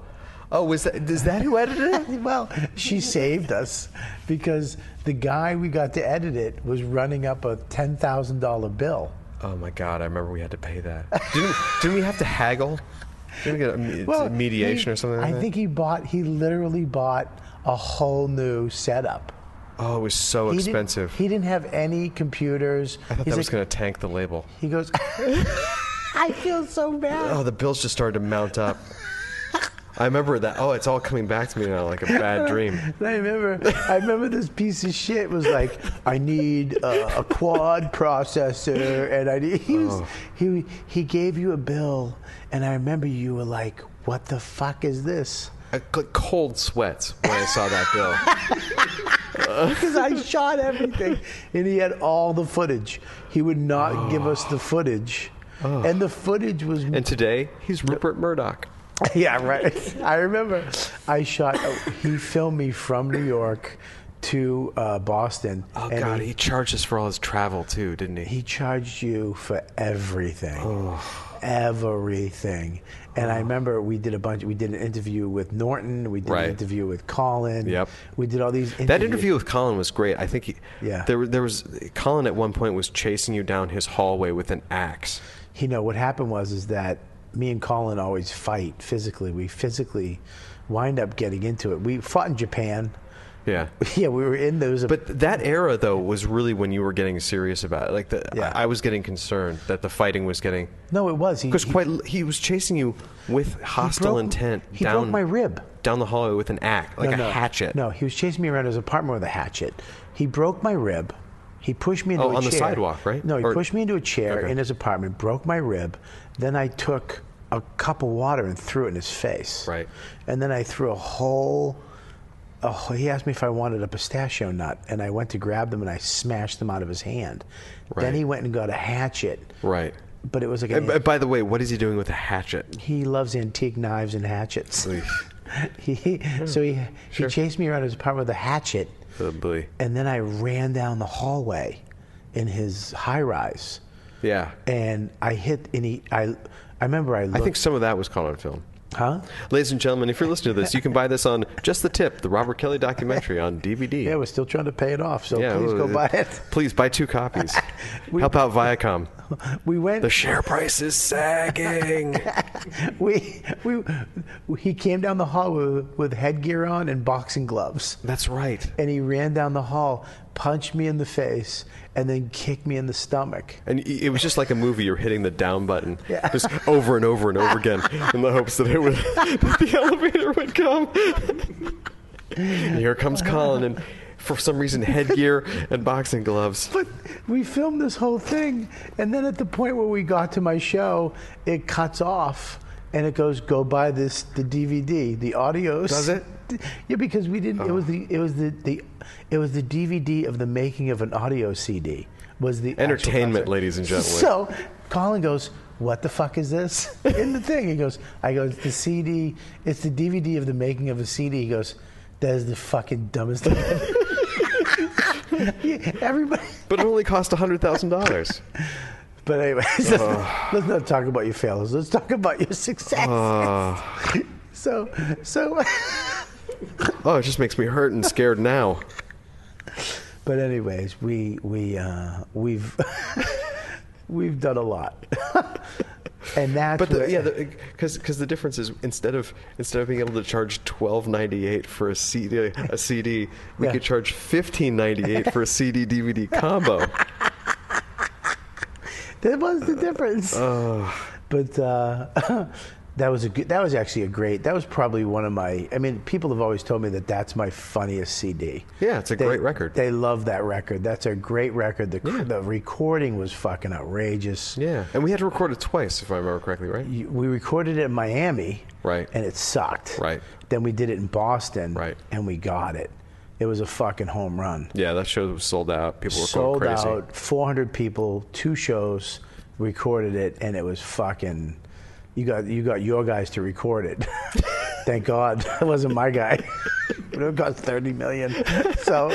[SPEAKER 7] oh, was that is that who edited
[SPEAKER 5] it? well, she saved us because the guy we got to edit it was running up a ten thousand dollar bill.
[SPEAKER 7] Oh my God! I remember we had to pay that. Didn't, didn't we have to haggle? Didn't we get a me- mediation
[SPEAKER 5] he-
[SPEAKER 7] or something? Like
[SPEAKER 5] I
[SPEAKER 7] that?
[SPEAKER 5] think he bought. He literally bought a whole new setup.
[SPEAKER 7] Oh, it was so
[SPEAKER 5] He didn't-
[SPEAKER 7] expensive.
[SPEAKER 5] he didn't have any computers.
[SPEAKER 7] I thought
[SPEAKER 5] He's
[SPEAKER 7] that was
[SPEAKER 5] like-
[SPEAKER 7] going to tank the label.
[SPEAKER 5] He goes. I feel so bad.
[SPEAKER 7] Oh, the bills just started to mount up. I remember that. Oh, it's all coming back to me now, like a bad dream.
[SPEAKER 5] And I remember, I remember this piece of shit was like, I need uh, a quad processor, and I need. He, was,
[SPEAKER 7] Oh.
[SPEAKER 5] he he gave you a bill, and I remember you were like, "What the fuck is this?"
[SPEAKER 7] I like cold sweats when I saw that bill.
[SPEAKER 5] Because I shot everything, and he had all the footage. He would not give us the footage. Oh. And the footage was.
[SPEAKER 7] Oh. And today he's Rupert Murdoch.
[SPEAKER 5] yeah, right. I remember I shot, he filmed me from New York to uh, Boston.
[SPEAKER 7] Oh
[SPEAKER 5] and
[SPEAKER 7] God, he, charged us for all his travel too, didn't he?
[SPEAKER 5] He charged you for everything, everything. And I remember we did a bunch. We did an interview with Norton. We did
[SPEAKER 7] Right.
[SPEAKER 5] an interview with Colin.
[SPEAKER 7] Yep.
[SPEAKER 5] We did all these.
[SPEAKER 7] That
[SPEAKER 5] interviews.
[SPEAKER 7] interview with Colin was great. I think he,
[SPEAKER 5] Yeah.
[SPEAKER 7] there, were- there was Colin at one point was chasing you down his hallway with an axe.
[SPEAKER 5] You know what happened was is that me and Colin always fight physically. We physically wind up getting into it. We fought in Japan.
[SPEAKER 7] Yeah.
[SPEAKER 5] Yeah, we were in those.
[SPEAKER 7] But that era though was really when you were getting serious about it. Like the, I, I was getting concerned that the fighting was getting
[SPEAKER 5] No, it was. He,
[SPEAKER 7] because quite l- he was chasing you with hostile
[SPEAKER 5] broke-
[SPEAKER 7] intent
[SPEAKER 5] he
[SPEAKER 7] down
[SPEAKER 5] broke my rib
[SPEAKER 7] down the hallway with an axe, like
[SPEAKER 5] No,
[SPEAKER 7] a
[SPEAKER 5] no.
[SPEAKER 7] hatchet.
[SPEAKER 5] No, he was chasing me around his apartment with a hatchet. He broke my rib. He pushed me into
[SPEAKER 7] Oh,
[SPEAKER 5] a
[SPEAKER 7] on the
[SPEAKER 5] chair.
[SPEAKER 7] sidewalk, right?
[SPEAKER 5] No, he
[SPEAKER 7] Or-
[SPEAKER 5] pushed me into a chair in his apartment, broke my rib. Then I took a cup of water and threw it in his face. Right. And then I threw a whole. Oh, he asked me if I wanted a pistachio nut, and I went to grab them and I smashed them out of his hand. Then
[SPEAKER 7] Right.
[SPEAKER 5] he went and got a hatchet,
[SPEAKER 7] Right.
[SPEAKER 5] but it was like
[SPEAKER 7] And
[SPEAKER 5] an
[SPEAKER 7] b- by the way, what is he doing with a hatchet?
[SPEAKER 5] he loves antique knives and hatchets. he, so he, he chased me around his apartment with a hatchet,
[SPEAKER 7] Oh boy.
[SPEAKER 5] and then I ran down the hallway in his high rise,
[SPEAKER 7] Yeah.
[SPEAKER 5] and I hit and he I I remember I
[SPEAKER 7] I
[SPEAKER 5] looked,
[SPEAKER 7] think some of that was caught on film.
[SPEAKER 5] Huh?
[SPEAKER 7] Ladies and gentlemen, if you're listening to this, you can buy this on Just the Tip, the Robert Kelly documentary on DVD.
[SPEAKER 5] yeah, we're still trying to pay it off, so
[SPEAKER 7] Yeah,
[SPEAKER 5] please
[SPEAKER 7] well,
[SPEAKER 5] go buy it.
[SPEAKER 7] Please buy two copies. Help out Viacom.
[SPEAKER 5] We went.
[SPEAKER 7] The share price is sagging.
[SPEAKER 5] we, we, he came down the hall with, with headgear on and boxing gloves.
[SPEAKER 7] That's right.
[SPEAKER 5] And he ran down the hall, punched me in the face, and then kicked me in the stomach.
[SPEAKER 7] And y- it was just like a movie. You're hitting the down button
[SPEAKER 5] Yeah.
[SPEAKER 7] just over and over and over again in the hopes that it would. that the elevator would come. And here comes Colin, and for some reason, headgear and boxing gloves.
[SPEAKER 5] But we filmed this whole thing, and then at the point where we got to my show, it cuts off and it goes, "Go buy this the DVD, the audios."
[SPEAKER 7] Does it?
[SPEAKER 5] Yeah, because we didn't. It was the it was the, the it was the DVD of the making of an audio CD. Was the actual
[SPEAKER 7] Entertainment,
[SPEAKER 5] concert.
[SPEAKER 7] ladies and gentlemen.
[SPEAKER 5] So Colin goes. What the fuck is this? In the thing, he goes. I go. It's the CD. It's the DVD of the making of a CD. He goes. That is the fucking dumbest thing. I've ever-" Everybody.
[SPEAKER 7] But it only cost hundred thousand dollars.
[SPEAKER 5] But anyways, let's, let's not talk about your failures. Let's talk about your success. so, so.
[SPEAKER 7] Oh, it just makes me hurt and scared now.
[SPEAKER 5] but anyways, we we uh, we've we've done a lot, and that's
[SPEAKER 7] But
[SPEAKER 5] where-
[SPEAKER 7] the, yeah, because because the difference is instead of instead of being able to charge twelve ninety eight for a CD, a CD, we
[SPEAKER 5] Yeah.
[SPEAKER 7] could charge fifteen ninety eight for a CD DVD combo.
[SPEAKER 5] that was
[SPEAKER 7] Uh,
[SPEAKER 5] the difference. But uh, that was a good, that was actually a great. That was probably one of my. I mean, people have always told me that that's my funniest CD.
[SPEAKER 7] Yeah, it's a
[SPEAKER 5] They-
[SPEAKER 7] great record.
[SPEAKER 5] They love that record. That's a great record. The, the recording was fucking outrageous.
[SPEAKER 7] Yeah, and we had to record it twice, if I remember correctly, right?
[SPEAKER 5] You- we recorded it in Miami,
[SPEAKER 7] Right.
[SPEAKER 5] and it sucked.
[SPEAKER 7] Right.
[SPEAKER 5] Then we did it in Boston, right, and we got it. It was a fucking home run.
[SPEAKER 7] Yeah, that show was sold out. People were
[SPEAKER 5] Sold
[SPEAKER 7] going crazy.
[SPEAKER 5] out, 400 people, two shows, recorded it, and it was fucking. You got you got your guys to record it. Thank God that wasn't my guy. but it cost 30 million. So,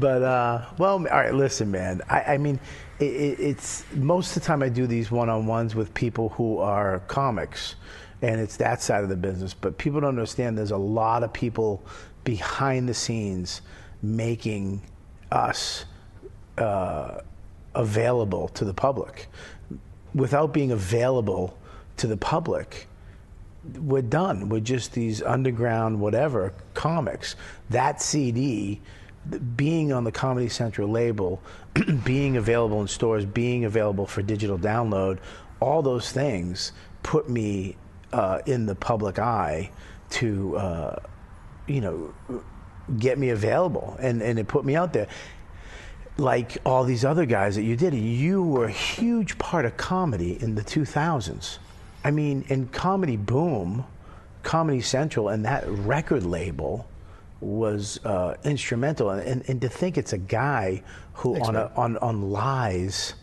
[SPEAKER 5] but uh, well, all right. Listen, man. I, I mean, it, it, it's most of the time I do these one-on-ones with people who are comics, and it's that side of the business. But people don't understand. There's a lot of people behind the scenes making us uh, available to the public. Without being available to the public, we're done. We're just these underground, whatever comics. That CD, th- being on the Comedy Central label, being available in stores, being available for digital download, all those things put me uh, in the public eye to, uh, you know, get me available, and and it put me out there like all these other guys that you did. You were a huge part of comedy in the 2000s. I mean, in comedy boom, Comedy Central and that record label was uh, instrumental. And, and, and to think it's a guy who
[SPEAKER 7] Thanks,
[SPEAKER 5] on, a, on on lies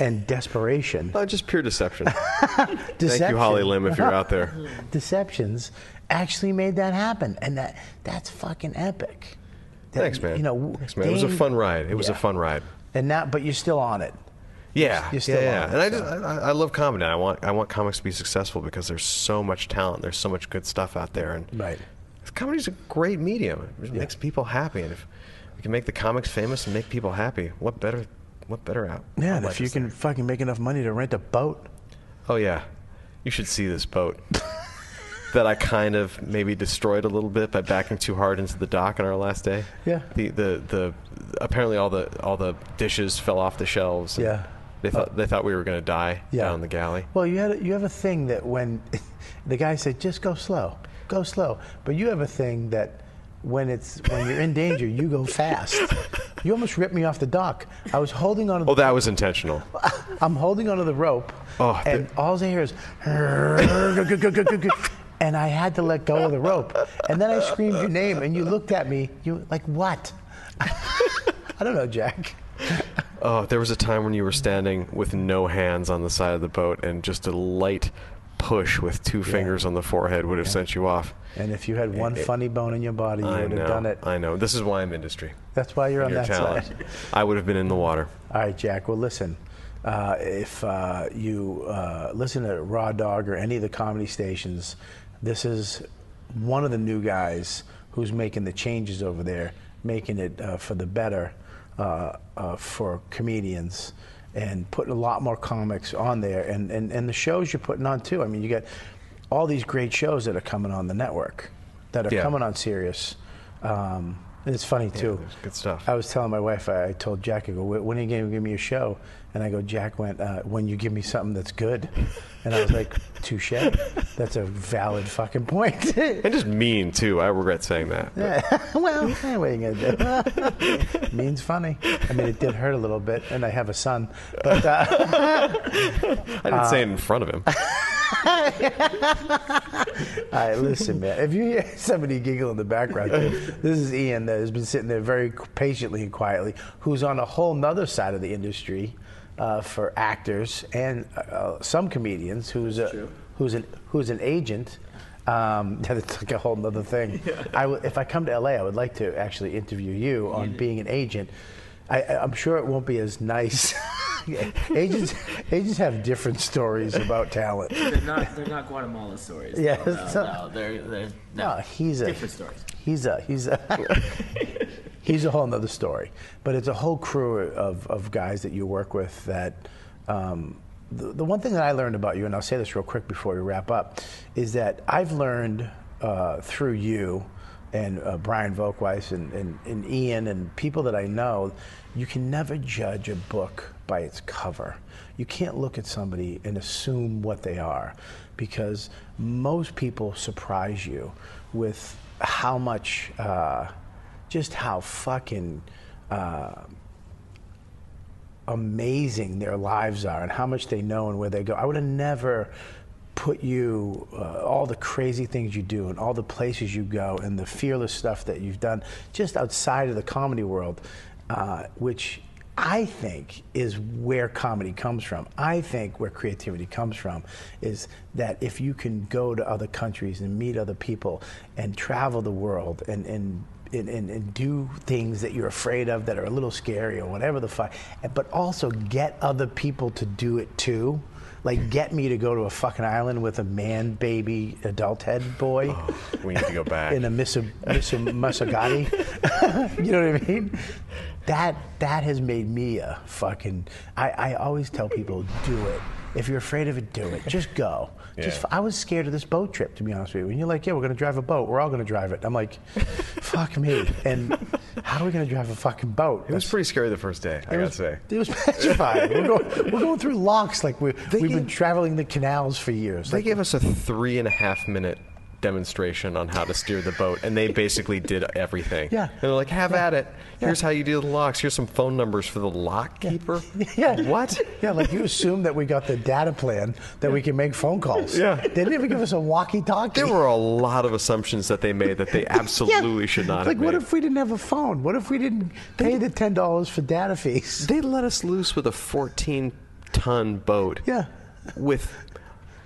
[SPEAKER 5] and desperation.
[SPEAKER 7] Oh, just pure deception. Thank
[SPEAKER 5] Deception.
[SPEAKER 7] you, Holly Lim, if you're out there.
[SPEAKER 5] Deceptions actually made that happen, and that that's fucking epic. That-
[SPEAKER 7] Thanks, man.
[SPEAKER 5] You know,
[SPEAKER 7] Thanks, man. It was a
[SPEAKER 5] Dane-
[SPEAKER 7] fun ride. It was a
[SPEAKER 5] Yeah.
[SPEAKER 7] fun ride.
[SPEAKER 5] And now, but you're still on it.
[SPEAKER 7] Yeah,
[SPEAKER 5] You're still on
[SPEAKER 7] yeah, yeah.
[SPEAKER 5] it,
[SPEAKER 7] and I just I, I love comedy. I want I want comics to be successful because there's so much talent. There's so much good stuff out there, and
[SPEAKER 5] right.
[SPEAKER 7] comedy's a great medium. It just makes people happy, and if we can make the comics famous and make people happy, what better what better out?
[SPEAKER 5] Yeah, and
[SPEAKER 7] outlet
[SPEAKER 5] if you
[SPEAKER 7] is
[SPEAKER 5] can fucking make enough money to rent a boat,
[SPEAKER 7] Oh yeah, you should see this boat that I kind of maybe destroyed a little bit by backing too hard into the dock on our last day.
[SPEAKER 5] Yeah.
[SPEAKER 7] The the the apparently all the all the dishes fell off the shelves. and
[SPEAKER 5] Yeah.
[SPEAKER 7] They thought they thought we were gonna die
[SPEAKER 5] Yeah.
[SPEAKER 7] down the galley.
[SPEAKER 5] well, you had a, you have a thing that when the guy said just go slow, go slow, but you have a thing that when it's when you're in danger, you go fast. You almost ripped me off the dock. I was holding on.
[SPEAKER 7] Oh, that was intentional.
[SPEAKER 5] I'm holding onto the rope,
[SPEAKER 7] Oh,
[SPEAKER 5] and all I hear is, and I had to let go of the rope. And then I screamed your name, and you looked at me. You were like what? I don't know, Jack.
[SPEAKER 7] Oh, there was a time when you were standing with no hands on the side of the boat and just a light push with two fingers on the forehead would have sent you off.
[SPEAKER 5] And if you had one
[SPEAKER 7] It- it-
[SPEAKER 5] funny bone in your body, you
[SPEAKER 7] I
[SPEAKER 5] would
[SPEAKER 7] know,
[SPEAKER 5] have done it.
[SPEAKER 7] I know. This is why I'm industry.
[SPEAKER 5] That's why you're on
[SPEAKER 7] Your
[SPEAKER 5] that
[SPEAKER 7] talent.
[SPEAKER 5] side.
[SPEAKER 7] I would have been in the water.
[SPEAKER 5] All right, Jack. Well, listen. Uh, if uh, you uh, listen to Raw Dog or any of the comedy stations, this is one of the new guys who's making the changes over there, making it uh, for the better uh, uh, for comedians and putting a lot more comics on there and, and, and the shows you're putting on too. I mean, you got all these great shows that are coming on the network that are
[SPEAKER 7] Yeah.
[SPEAKER 5] coming on Sirius. Um, and it's funny too.
[SPEAKER 7] Good stuff.
[SPEAKER 5] I was telling my wife, I I told Jack, I go, "Wh- when are you going to give me a show? And I go, Jack went, uh, when you give me something that's good. And I was like, touche. That's a valid fucking point.
[SPEAKER 7] And just mean too. I regret saying that.
[SPEAKER 5] Yeah. well, eh, what are you gonna do? Means funny. I mean, it did hurt a little bit, and I have a son, but uh,
[SPEAKER 7] I didn't say it in front of him.
[SPEAKER 5] All right, listen, man. If you hear somebody giggle in the background, this is Ian that has been sitting there very patiently and quietly, who's on a whole nother side of the industry uh, for actors and uh, uh, some comedians, who's a, who's an who's an agent. Um, that's like a whole nother thing. I w- if I come to LA, I would like to actually interview you on being an agent. I, I- I'm sure it won't be as nice. agents, agents have different stories about talent.
[SPEAKER 13] They're not. They're not Guatemala stories.
[SPEAKER 5] Yeah,
[SPEAKER 13] No,
[SPEAKER 5] it's
[SPEAKER 13] no,
[SPEAKER 5] not-
[SPEAKER 13] no, they're, they're
[SPEAKER 5] No, he's a
[SPEAKER 13] different stories.
[SPEAKER 5] He's a he's a he's a whole nother story. But it's a whole crew of of guys that you work with that. Um, the, the one thing that I learned about you, and I'll say this real quick before we wrap up, is that I've learned uh, through you and uh, Brian Volkweis and, and, and Ian and people that I know, you can never judge a book by its cover. You can't look at somebody and assume what they are because most people surprise you with how much, uh, just how fucking. Uh, amazing their lives are and how much they know and where they go. I would have never put you uh, all the crazy things you do and all the places you go and the fearless stuff that you've done just outside of the comedy world, uh, which I think is where comedy comes from. I think where creativity comes from is that if you can go to other countries and meet other people and travel the world and, and and, and, and do things that you're afraid of that are a little scary or whatever the fuck, but also get other people to do it too. Like, get me to go to a fucking island with a man, baby, adult head boy.
[SPEAKER 7] Oh, We need to go back.
[SPEAKER 5] in a Missa- Missa- Masagati. you know what I mean? That that has made me a fucking. I, I always tell people, do it. If you're afraid of it, do it. Just go. Just.
[SPEAKER 7] Yeah.
[SPEAKER 5] I was scared of this boat trip, to be honest with you. And you're like, yeah, we're gonna drive a boat. We're all gonna drive it. I'm like, fuck me. And how are we gonna drive a fucking boat?
[SPEAKER 7] It was pretty scary the first day, I gotta say.
[SPEAKER 5] It was petrifying. we're, going, we're going through locks like we, we've been traveling the canals for years.
[SPEAKER 7] They
[SPEAKER 5] Like,
[SPEAKER 7] gave us a three and a half minute demonstration on how to steer the boat, and they basically did everything.
[SPEAKER 5] Yeah.
[SPEAKER 7] And they're like, have at it. Here's how you do the locks. Here's some phone numbers for the lock keeper.
[SPEAKER 5] yeah.
[SPEAKER 7] What?
[SPEAKER 5] Yeah, like you assume that we got the data plan that we can make phone calls.
[SPEAKER 7] Yeah.
[SPEAKER 5] They didn't even give us a walkie talkie.
[SPEAKER 7] There were a lot of assumptions that they made that they absolutely should not
[SPEAKER 5] Like,
[SPEAKER 7] have made.
[SPEAKER 5] what if we didn't have a phone? What if we didn't pay the $10 for data fees?
[SPEAKER 7] They let us loose with a 14 ton boat.
[SPEAKER 5] Yeah.
[SPEAKER 7] With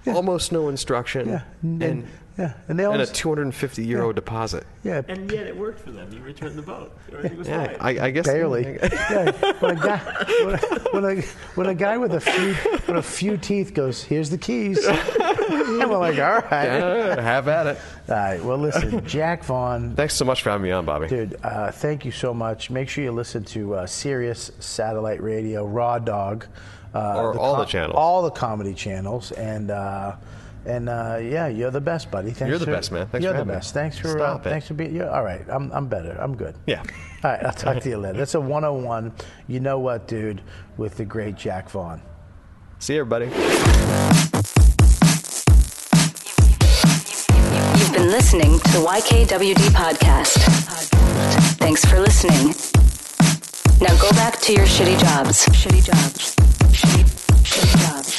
[SPEAKER 7] almost no instruction. Yeah. And, and,
[SPEAKER 5] yeah. And they
[SPEAKER 7] a
[SPEAKER 5] always
[SPEAKER 7] 250 euro deposit.
[SPEAKER 5] yeah.
[SPEAKER 13] And yet it worked for them. You returned the boat. Everything was
[SPEAKER 7] Yeah,
[SPEAKER 13] fine.
[SPEAKER 7] I, I guess
[SPEAKER 5] barely. yeah, when a guy when a, when a when a guy with a few when a few teeth goes, here's the keys. and we're like, all right,
[SPEAKER 7] Yeah, have at it.
[SPEAKER 5] All right. Well, listen, Jack Vaughn,
[SPEAKER 7] Thanks so much for having me on, Bobby.
[SPEAKER 5] dude, uh, thank you so much. Make sure you listen to uh, Sirius Satellite Radio, Raw Dog, uh,
[SPEAKER 7] Or all the channels.
[SPEAKER 5] all the comedy channels, and. Uh, and uh, yeah, you're the best, buddy. Thanks
[SPEAKER 7] You're the
[SPEAKER 5] for-
[SPEAKER 7] best, man. Thanks
[SPEAKER 5] you're the
[SPEAKER 7] for having me.
[SPEAKER 5] best. Thanks for
[SPEAKER 7] Stop
[SPEAKER 5] uh,
[SPEAKER 7] it.
[SPEAKER 5] thanks for being. You're, all right, I'm I'm better. I'm good.
[SPEAKER 7] Yeah.
[SPEAKER 5] All right, I'll talk to you later. That's a 101. You know what, dude? With the great Jack Vaughn.
[SPEAKER 7] See you, everybody.
[SPEAKER 11] You've been listening to the YKWD podcast. Thanks for listening. Now go back to your shitty jobs. Shitty jobs. Shitty, shitty jobs.